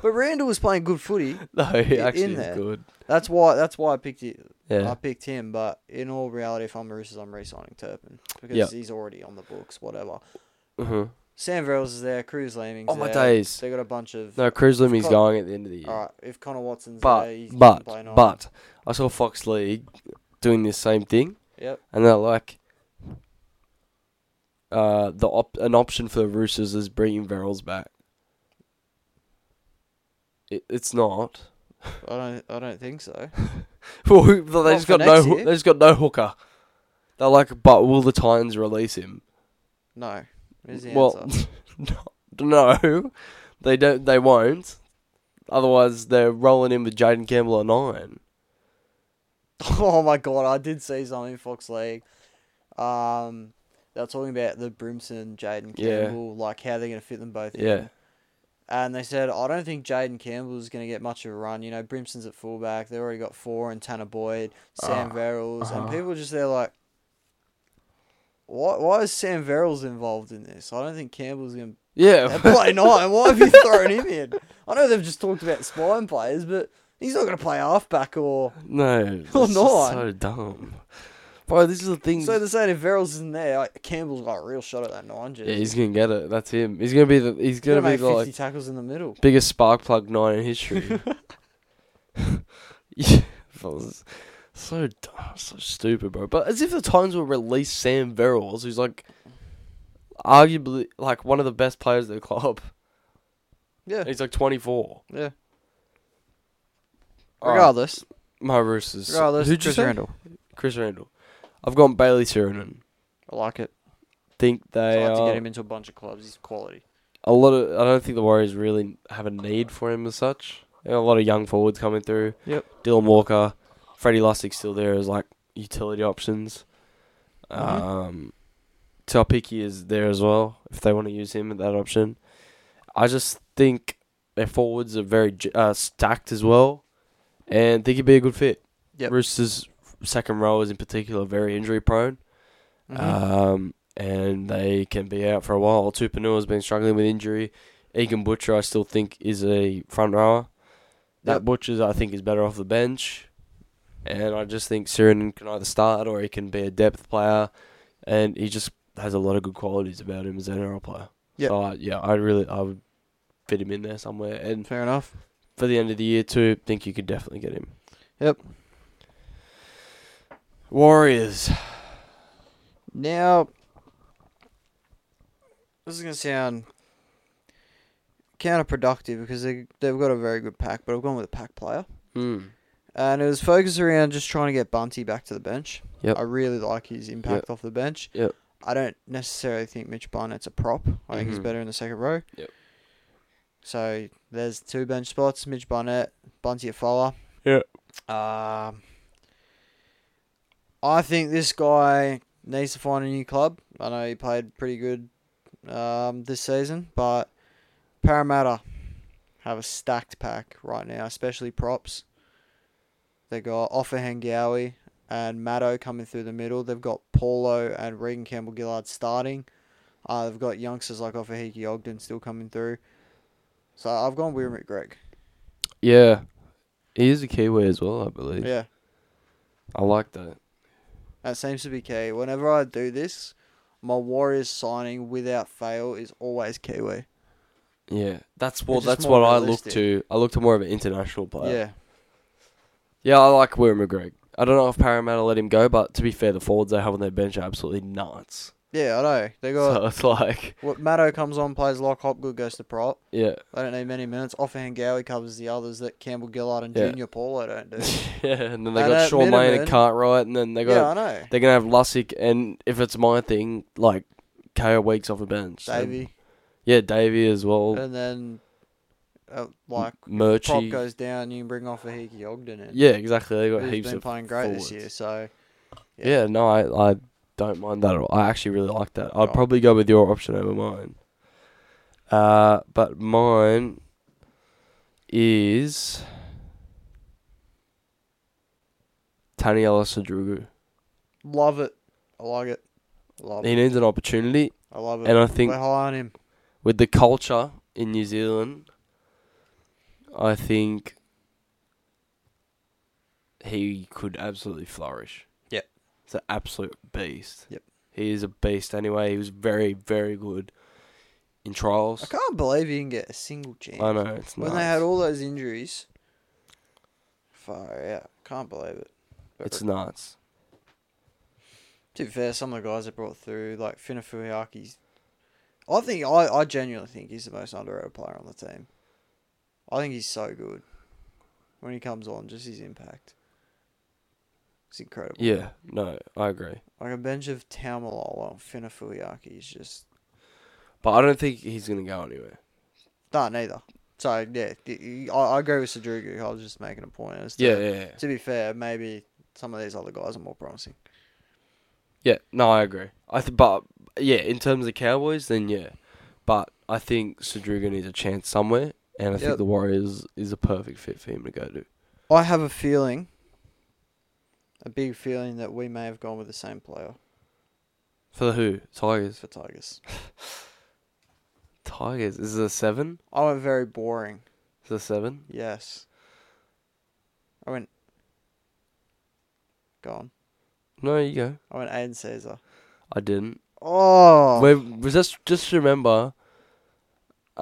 S2: But Randall was playing good footy.
S1: no, he
S2: In
S1: actually is
S2: there. Uh,
S1: good.
S2: That's why. That's why I picked it. I
S1: Yeah.
S2: picked him. But in all reality, if I'm Roosters, I'm re-signing Turpin because
S1: Yep.
S2: he's already on the books. Whatever.
S1: Mhm.
S2: Sam Verrills is there. Cruz Lemmings.
S1: Oh, my
S2: there.
S1: days.
S2: They got a bunch of.
S1: No, Krislum is
S2: got-
S1: going at the end of the year.
S2: All right. If Connor Watson's
S1: But
S2: there, uh, he's he
S1: but
S2: can play nine.
S1: but I saw Fox League doing this same thing,
S2: Yep.
S1: and they're like, uh, the op- an option for the Roosters is bringing Verrills back. It, it's not.
S2: I don't. I don't think so.
S1: Well, who- they just
S2: for
S1: got no.
S2: next
S1: hoo-
S2: year.
S1: They just got no hooker. They're like, but will the Titans release him?
S2: No. Is the
S1: well,
S2: answer.
S1: no, no, they don't. They won't. Otherwise, they're rolling in with Jaden Campbell at nine.
S2: Oh my god! I did see something in Fox League. Um, they were talking about the Brimson, Jaden
S1: Yeah.
S2: Campbell, like how they're gonna fit them both in.
S1: Yeah,
S2: And they said, I don't think Jaden Campbell's going to get much of a run. You know, Brimson's at fullback. They've already got four and Tanner Boyd, Sam
S1: Ah,
S2: Verrills. And
S1: uh-huh.
S2: people just there like, why, why is Sam Verrills involved in this? I don't think Campbell's going to
S1: yeah.
S2: play nine. Why have you thrown him in? I know they've just talked about spine players, but he's not going to play halfback or.
S1: No, that's
S2: Or
S1: just
S2: not.
S1: so dumb, bro. This is the thing.
S2: So they're saying if Verrills isn't there, like, Campbell's got a real shot at that nine jersey.
S1: yeah, he's gonna get it. That's him. He's gonna be the. He's
S2: going
S1: gonna,
S2: to make
S1: be the
S2: 50
S1: like
S2: tackles in the middle.
S1: biggest spark plug nine in history. yeah, fellas. so dumb, so stupid, bro. But as if the Titans will release Sam Verrills, who's like arguably like one of the best players at the club.
S2: Yeah.
S1: He's like twenty four.
S2: Yeah.
S1: Alright,
S2: Regardless,
S1: my Roosters.
S2: regardless,
S1: Who'd you
S2: Chris
S1: say?
S2: Randall.
S1: Chris Randall. I've gone Bailey Surinan.
S2: I like it.
S1: Think
S2: So
S1: they
S2: I have to
S1: are
S2: get him into a bunch of clubs. He's quality.
S1: a lot of. I don't think the Warriors really have a need for him as such. They got a lot of young forwards coming through.
S2: Yep.
S1: Dylan Walker, Freddie Lussick's still there as like utility options.
S2: Mhm.
S1: Um, Topiki is there as well if they want to use him at that option. I just think their forwards are very j- uh, stacked as well, and think he'd be a good fit.
S2: Yep.
S1: Roosters second row is in particular very injury prone.
S2: Mm-hmm. uh,
S1: Um, and they can be out for a while. Tupanua has been struggling with injury. Egan Butcher, I still think, is a front rower. That
S2: Yep.
S1: Butcher's, I think, is better off the bench. And I just think Siren can either start or he can be a depth player. And he just has a lot of good qualities about him as an NRL player.
S2: Yep.
S1: So, I, yeah, I really I would fit him in there somewhere. And
S2: Fair enough.
S1: for the end of the year, too, think you could definitely get him.
S2: Yep.
S1: Warriors.
S2: Now, this is going to sound counterproductive because they, they've got a very good pack, but I've gone with a pack player.
S1: Mm.
S2: And it was focused around just trying to get Bunty back to the bench.
S1: Yep.
S2: I really like his impact off the bench.
S1: Yep.
S2: I don't necessarily think Mitch Barnett's a prop. I think he's
S1: Mhm.
S2: better in the second row.
S1: Yep.
S2: So there's two bench spots: Mitch Barnett, Bunty Afola.
S1: Yep.
S2: Um, I think this guy needs to find a new club. I know he played pretty good um, this season, but Parramatta have a stacked pack right now, especially props. They got Offa Hengawi and Maddo coming through the middle. They've got Paulo and Regan Campbell Gillard starting. Uh, they've got youngsters like Offa Hickey Ogden still coming through. So I've gone with McGreg.
S1: Yeah. He is a Kiwi as well, I believe.
S2: Yeah,
S1: I like that.
S2: that seems to be key. Whenever I do this, my Warriors signing without fail is always Kiwi.
S1: Yeah. That's what
S2: just
S1: that's
S2: more
S1: what I
S2: realistic.
S1: look to. I look to more of an international player.
S2: Yeah,
S1: Yeah, I like Will McGregor. I don't know if Parramatta let him go, but to be fair, the forwards they have on their bench are absolutely nuts.
S2: yeah, I know. They got
S1: So it's like,
S2: what Maddo comes on, plays lock, Hopgood goes to prop.
S1: yeah,
S2: They don't need many minutes. Offhand Gowie covers the others that Campbell Gillard and
S1: Yeah.
S2: Junior Paulo don't do.
S1: yeah. And then they
S2: And
S1: got
S2: at
S1: Sean Lane and
S2: minimum-
S1: Cartwright, and then they got
S2: yeah, I know.
S1: they're gonna have Lussick, and if it's my thing, like KO Weeks off the bench. So-
S2: Davey.
S1: yeah, Davey as well.
S2: And then, uh, like, prop
S1: Murchie.
S2: goes down, you can bring off a Hickey Ogden in.
S1: yeah, exactly. They got
S2: who's
S1: heaps
S2: been
S1: of
S2: playing great
S1: forwards.
S2: this year. So,
S1: Yeah, no, I, I don't mind that at all. I actually really like that. I'd
S2: Right.
S1: probably go with your option over mine. Uh, but mine is Taniela Sadrugu.
S2: love it. I like it. Love
S1: He
S2: it.
S1: needs an opportunity,
S2: I love it.
S1: and I think
S2: We're high on him.
S1: with the culture in New Zealand, I think he could absolutely flourish.
S2: Yep.
S1: He's an absolute beast.
S2: Yep.
S1: He is a beast anyway. He was very, very good in trials.
S2: I can't believe he didn't get a single chance.
S1: I know, it's
S2: When
S1: nuts.
S2: they had all those injuries. Far out. Can't believe it. But
S1: it's nuts.
S2: to be fair, some of the guys they brought through, like Finafuiaki's. I think, I, I genuinely think he's the most underrated player on the team. I think he's so good. When he comes on, just his impact. It's incredible.
S1: Yeah, no, I agree.
S2: Like a bench of Taumaloa and Finafuiaki is just.
S1: But I don't think he's going to go anywhere.
S2: Nah, neither. So, yeah, I, I agree with Sadrugu. I was just making a point. as to-
S1: Yeah, yeah, yeah.
S2: To be fair, maybe some of these other guys are more promising.
S1: Yeah, no, I agree. I th- but yeah, in terms of Cowboys, then yeah, but I think Sadruga needs a chance somewhere, and I
S2: Yep.
S1: think the Warriors is a perfect fit for him to go to.
S2: I have a feeling, a big feeling that we may have gone with the same player
S1: For the who? Tigers.
S2: for Tigers.
S1: Tigers. Is it a seven?
S2: I went Oh, very boring.
S1: Is it a seven?
S2: Yes. I went. Go on.
S1: No, you go.
S2: I went Aiden Caesar.
S1: I didn't.
S2: Oh.
S1: We was just just remember. Uh,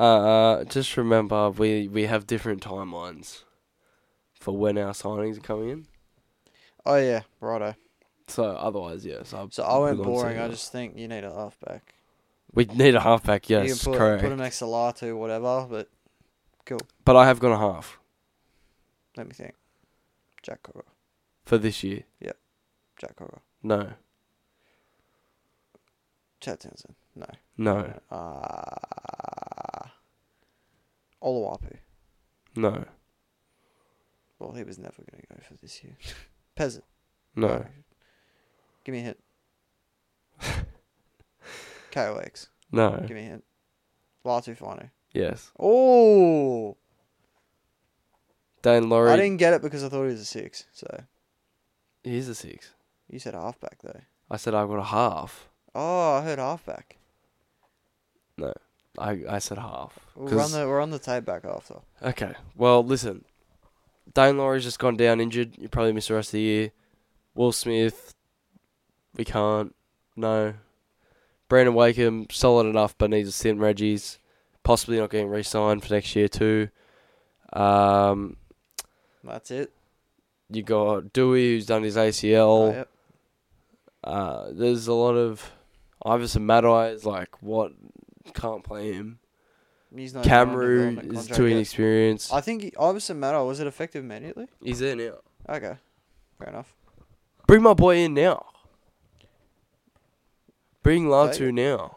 S1: uh, just remember we we have different timelines for when our signings are coming in.
S2: Oh yeah, righto.
S1: So otherwise, yes. I
S2: So I went
S1: would not say
S2: boring. I
S1: that.
S2: just think you need a halfback.
S1: we need a halfback. Yes,
S2: you can put,
S1: correct.
S2: put him next to Latu, whatever. But
S1: but I have gone a half.
S2: let me think. Jack Cogger.
S1: for this year.
S2: Jack Cogger.
S1: No,
S2: Chad Townsend. No.
S1: no,
S2: Uh, Oluwapu.
S1: no,
S2: Well, he was never going to go for this year. Peasant.
S1: no,
S2: Give me a hint. KOX.
S1: no.
S2: Give me a hint. Latu Fino.
S1: Yes,
S2: Oh!
S1: Dan
S2: I
S1: Laurie.
S2: didn't get it because I thought he was a six. So
S1: He's a six.
S2: you said halfback though.
S1: I said I got a half.
S2: Oh, I heard halfback.
S1: I I said half.
S2: We're on
S1: 'Cause-
S2: the we're on the tape back after.
S1: okay. Well, listen. Dane Laurie's just gone down injured. You probably miss the rest of the year. Will Smith. We can't. No. Brandon Wakeham, solid enough, but needs a stint. Reggie's possibly not getting re-signed for next year too. Um,
S2: That's it.
S1: you got Dewey, who's done his
S2: Oh,
S1: ACL.
S2: yep.
S1: Uh, there's a lot of Iverson Matai is like what can't play him.
S2: He's not even on the development
S1: Camru is
S2: contract
S1: too
S2: yet.
S1: inexperienced.
S2: I think he- Iverson Matter was it effective immediately?
S1: He's there now.
S2: Okay, fair enough.
S1: Bring my boy in now. Bring Latu
S2: Okay.
S1: now.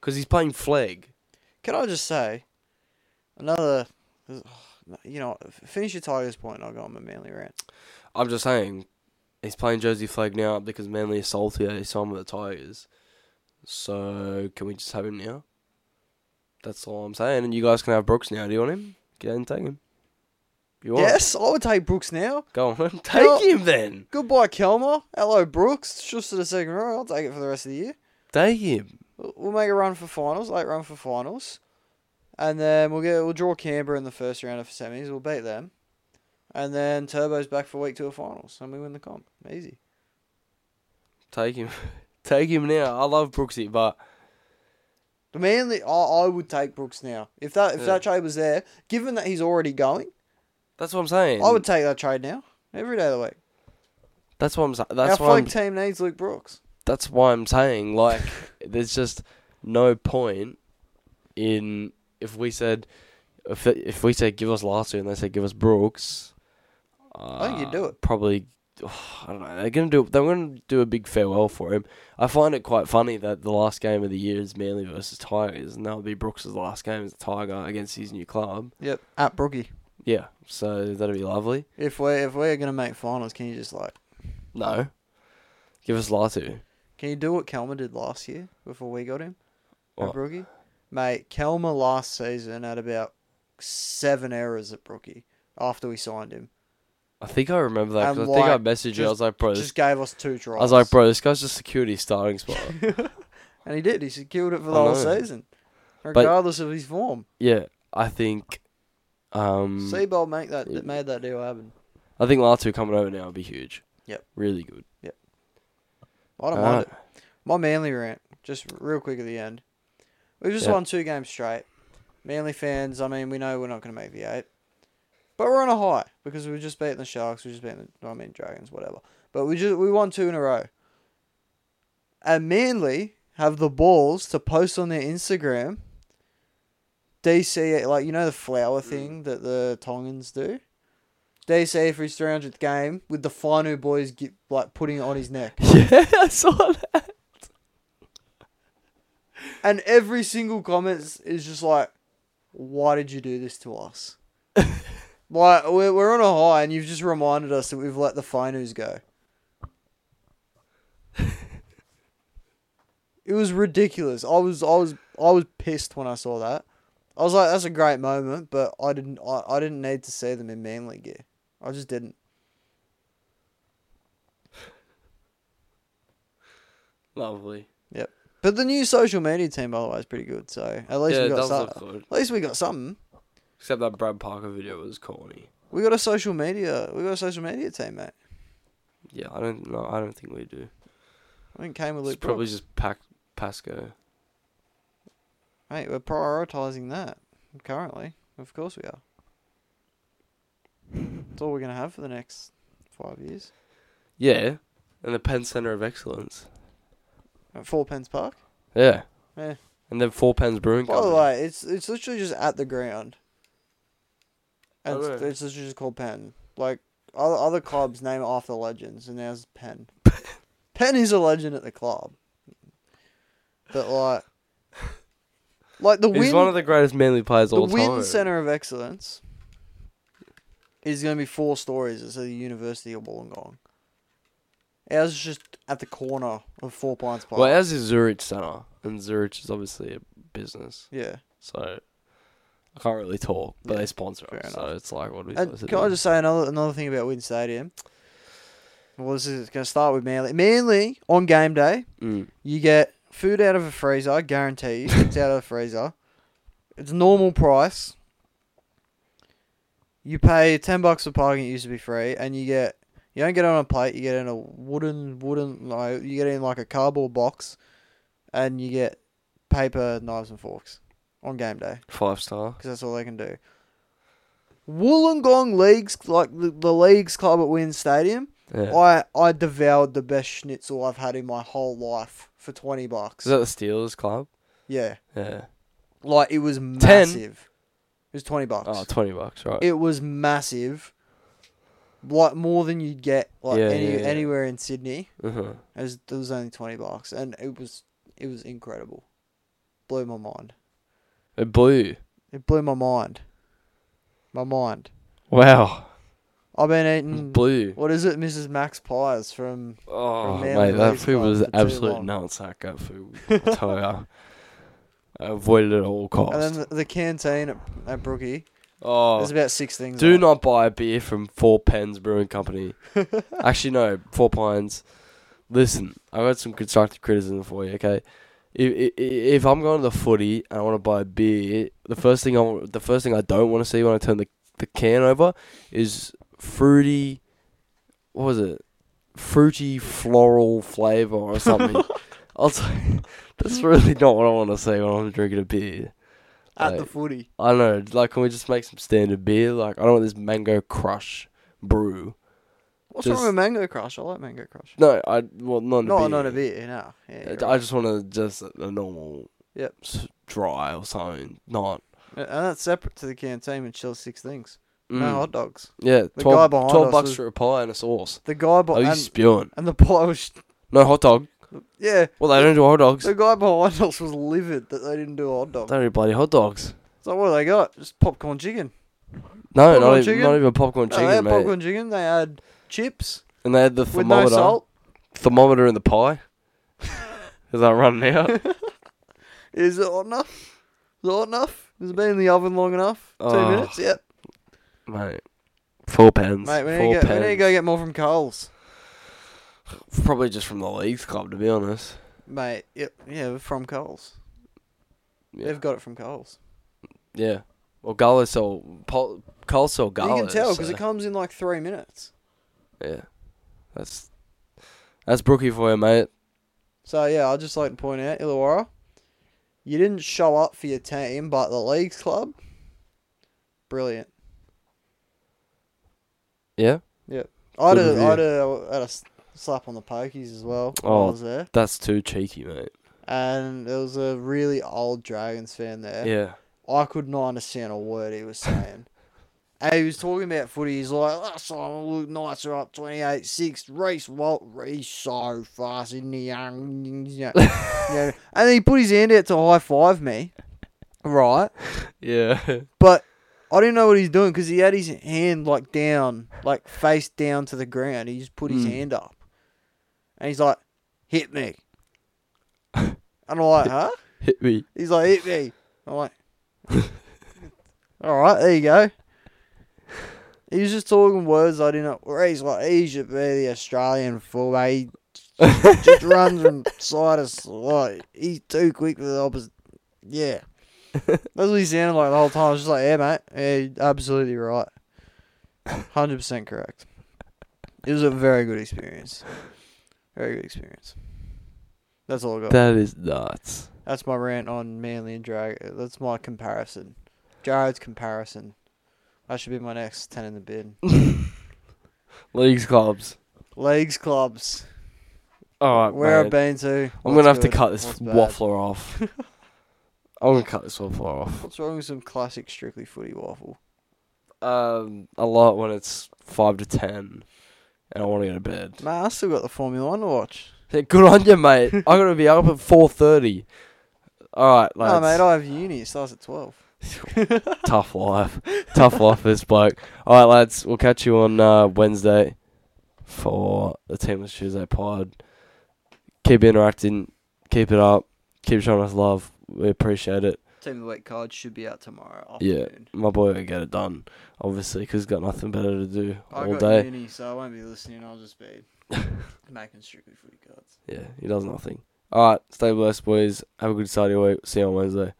S1: Cause he's playing flag.
S2: Can I just say another? You know, what, finish your Tigers point. and I'll go on my manly rant.
S1: I'm just saying, he's playing Jersey flag now because Manly is salty that he signed with the Tigers. So can we just have him now? That's all I'm saying. And you guys can have Brooks now. Do you want him? Get and take him. You want? him?
S2: Yes, I would take Brooks now.
S1: Go on, take
S2: Well-
S1: him then. Goodbye,
S2: Goodbye, Kelmer. Hello, Brooks. Just to the second row. I'll take it for the rest of the year.
S1: Take him.
S2: We'll we'll make a run for finals, late run for finals, and then we'll get we'll draw Canberra in the first round of semis. We'll beat them, and then Turbo's back for week two of finals, and we win the comp. Easy.
S1: Take him. take him now. I love Brooksy, but
S2: The Manly, I, I would take Brooks now. If that if
S1: Yeah.
S2: that trade was there, given that he's already going,
S1: that's what I'm saying.
S2: I would take that trade now every day of the week.
S1: That's what I'm. sa- That's
S2: Our
S1: why.
S2: flag
S1: I'm,
S2: team needs Luke Brooks.
S1: that's why I'm saying like there's just no point in if we said if if we said give us Larson and they said give us Brooks. Uh,
S2: think you'd do it.
S1: Probably. I don't know. They're gonna do. They're gonna do a big farewell for him. I find it quite funny that the last game of the year is Manly versus Tigers, and that'll be Brooks' last game as a Tiger against his new club.
S2: Yep, at Brookie.
S1: Yeah, so that'd be lovely.
S2: If we if we're gonna make finals, can you just like
S1: No. Give us Latu.
S2: can you do what Kelmer did last year before we got him at
S1: What?
S2: Brookie? Mate, Kelmer last season had about seven errors at Brookie after we signed him.
S1: I think I remember that. 'cause
S2: And,
S1: I think I
S2: like,
S1: messaged you. I
S2: just-
S1: was like, bro, this,
S2: Just gave us two tries.
S1: I was like, bro, this guy's just security starting spot.
S2: and he did. He secured it for the
S1: I
S2: whole
S1: know.
S2: season, regardless of his form.
S1: yeah, I think. Um,
S2: Seabold make that
S1: Yeah.
S2: that made that deal happen.
S1: I think Latu coming over now would be huge.
S2: Yep.
S1: Really good.
S2: I don't
S1: Uh,
S2: mind it. My Manly rant, just real quick at the end. We've just
S1: Yeah.
S2: won two games straight. Manly fans, I mean, we know we're not going to make the eight, but we're on a high because we just beaten the Sharks, we just beaten the, I mean, Dragons, whatever. But we just we won two in a row. And Manly have the balls to post on their Instagram. DC, like you know the flower thing that the Tongans do. DC for his 300th game with the Finu boys get, like putting it on his neck.
S1: Uh, yeah, I saw that.
S2: And every single comment is- is just like, why did you do this to us? like, we're, we're on a high, and you've just reminded us that we've let the finals go. it was ridiculous. I was, I was, I was pissed when I saw that. I was like, that's a great moment, but I didn't, I, I didn't need to see them in manly gear. I just didn't.
S1: Lovely.
S2: But the new social media team, by the way, is pretty good. So at least
S1: yeah,
S2: we
S1: it
S2: got
S1: does
S2: some.
S1: look good.
S2: At least we got something.
S1: Except that Brad Parker video was corny.
S2: We got a social media. We got a social media team, mate.
S1: Yeah, I don't know. I don't think we do.
S2: I think came with
S1: It's
S2: Luke.
S1: probably
S2: Probably...
S1: just Pac- Pasco.
S2: Mate, we're prioritising that currently. Of course we are. It's all we're gonna have for the next five years.
S1: Yeah, and the Penn Center of Excellence.
S2: At Four Pens Park.
S1: Yeah.
S2: Yeah.
S1: And then Four Pens Brewing
S2: By the
S1: Company.
S2: way, it's it's literally just at the ground. And
S1: I
S2: it's,
S1: know.
S2: it's literally just called Penn. Like other other clubs name it after legends, and there's Penn. Penn is a legend at the club. But like, like the
S1: He's
S2: win.
S1: one of the greatest manly players
S2: the
S1: all
S2: Wynn
S1: time.
S2: Center of Excellence is going to be four stories. It's at the University of Wollongong. Ours is just at the corner of Four Pines Park.
S1: Well, ours is Zurich Center, and Zurich is obviously a business,
S2: yeah. Uh,
S1: so I can't really talk. But
S2: Yeah,
S1: they sponsor
S2: fair
S1: us, so
S2: enough.
S1: it's like what are we
S2: And
S1: supposed to
S2: can I
S1: do?
S2: just say another another thing about Wynn Stadium? Well, this is going to start with Manly. Manly on game day,
S1: Mm.
S2: you get food out of a freezer. I guarantee you, it's out of the freezer. It's normal price. You pay ten bucks for parking. It used to be free, and you get you don't get it on a plate. You get it in a wooden wooden no. You get it in like a cardboard box, and you get paper knives and forks on game day
S1: Five star.
S2: because that's all they can do. Wollongong leagues like the, the leagues club at Wynn Stadium.
S1: Yeah.
S2: I I devoured the best schnitzel I've had in my whole life for twenty bucks.
S1: Is that the Steelers club?
S2: yeah,
S1: Yeah.
S2: like it was massive. It was twenty bucks.
S1: Oh, 20 bucks, right?
S2: it was massive. Like more than you'd get like
S1: Yeah,
S2: any,
S1: yeah, yeah.
S2: anywhere in Sydney.
S1: uh-huh.
S2: It was, it was only twenty bucks, and it was it was incredible. Blew my mind.
S1: It blew. you.
S2: It blew my mind. My mind.
S1: Wow.
S2: I've been
S1: It
S2: eating.
S1: blew. you.
S2: What is it, Mrs. Max Pies from?
S1: Oh,
S2: man
S1: mate,
S2: who
S1: that
S2: leaves
S1: food
S2: mine
S1: was
S2: for too
S1: absolute
S2: long.
S1: nutsack. That food, I tell ya. I avoided it at all
S2: And then
S1: costs.
S2: the, the canteen at, at Brookie. There's
S1: Oh,
S2: about six things.
S1: do
S2: on it.
S1: not buy a beer from Four Pens Brewing Company. Actually, no, Four Pines. Listen, I got some constructive criticism for you. Okay, if, if, if I'm going to the footy and I want to buy a beer, the first thing I want- the first thing I don't want to see when I turn the the can over is fruity. What was it? Fruity floral flavor or something. I'll tell you, that's really not what I want to see when I'm drinking a beer.
S2: at the
S1: like-
S2: footy.
S1: I don't know. Like, can we just make some standard beer? Like, I don't want this mango crush brew.
S2: What's
S1: just-
S2: wrong with Mango Crush? I like Mango Crush.
S1: No, I well not in a Uh,
S2: No,
S1: beer.
S2: not a beer. No. Yeah, you're
S1: I-
S2: right.
S1: I just want to just a normal.
S2: Yep.
S1: s- Dry or something. Not.
S2: Uh, And that's separate to the canteen and chill six things. No
S1: Mm.
S2: hot dogs.
S1: yeah,
S2: the guy
S1: twelve,
S2: behind
S1: 12
S2: us
S1: bucks
S2: was-
S1: for a pie and a sauce.
S2: The guy
S1: Are Oh, you
S2: behind and,
S1: spewing?
S2: and the pie was
S1: No hot dog.
S2: yeah.
S1: Well, they don't do hot dogs.
S2: The guy behind us was livid that they didn't do a hot
S1: They
S2: dog.
S1: don't do bloody hot dogs.
S2: So what do they got? Just popcorn chicken.
S1: No,
S2: Popcorn
S1: not even,
S2: chicken?
S1: not even popcorn
S2: No,
S1: chicken,
S2: they had
S1: mate.
S2: popcorn chicken. They had chips
S1: And they had the
S2: with no
S1: thermometer,
S2: salt.
S1: thermometer in the pie. Is that running out?
S2: Is it hot enough? Is it hot enough? Has it been in the oven long enough? Two
S1: Oh.
S2: minutes. Yep.
S1: mate. Four pens.
S2: Mate, we need,
S1: four
S2: to go, we need to
S1: pens.
S2: go get more from Coles.
S1: Probably just from the leagues club, to be honest.
S2: Mate, yep, yeah, we're from Coles.
S1: Yeah.
S2: They've got it from Coles.
S1: yeah. Well, Gullis sold. Pol- Cole sold Gullis.
S2: you can tell because
S1: so-
S2: it comes in like three minutes.
S1: Yeah. That's that's brookie for you, mate.
S2: So yeah, I'd just like to point out, Illawarra, you didn't show up for your team, but the league's club, brilliant.
S1: Yeah.
S2: I'd
S1: Good
S2: have,
S1: review.
S2: I'd have had a s- slap on the pokies as well. While
S1: Oh.
S2: I was there,
S1: That's too cheeky, mate.
S2: and there was a really old Dragons fan there.
S1: Yeah.
S2: I could not understand a word he was saying. and he was talking about footy. He's like, "Oh, last time I looked nicer up 28 6. Reese Walt, Reese so fast in the young. You know, you know. And then he put his hand out to high five me, right?
S1: Yeah.
S2: But I didn't know what he's doing because he had his hand like down, like face down to the ground. He just put his
S1: Mm.
S2: hand up. And he's like, hit me. and I'm like, huh?
S1: Hit me.
S2: He's like, hit me. I'm like, all right, there you go. He was just talking words I didn't. Where he's like, he should be the Australian fullback. He just runs from side to side. He's too quick for the opposite. Yeah, that's what he sounded like the whole time. I was just like, yeah, mate, yeah, you're absolutely right, hundred percent correct. It was a very good experience. Very good experience. That's all I got.
S1: That is nuts.
S2: That's my rant on Manly and Drag. That's my comparison. Jared's comparison. That should be my next 10 in the bid.
S1: Leagues clubs.
S2: Leagues, clubs.
S1: All right,
S2: Where I've
S1: mate.
S2: been to.
S1: I'm
S2: what's
S1: gonna have to
S2: good,
S1: cut this
S2: what's bad.
S1: waffler off. I'm gonna cut this waffler off.
S2: What's wrong with some classic strictly footy waffle?
S1: Um, a lot when it's five to ten, and I want to go to bed.
S2: Mate, I still got the Formula One to watch.
S1: Hey, Good on you, mate. I'm gonna be up at four thirty. All right,
S2: No, mate,
S1: lads.
S2: I have uni. It starts at 12.
S1: Tough life. Tough life for this bloke. All right, lads. We'll catch you on uh, Wednesday for the Teamless Tuesday pod. Keep interacting. Keep it up. Keep showing us love. We appreciate it.
S2: Team of the Week card should be out tomorrow
S1: Yeah.
S2: afternoon.
S1: My boy will get it done, obviously, 'cause he's got nothing better to do
S2: I
S1: all
S2: got
S1: day.
S2: uni, so I won't be listening. I'll just be making strictly footy cards.
S1: Yeah, he does nothing. All right, stay blessed, boys. Have a good Saturday week. See you on Wednesday.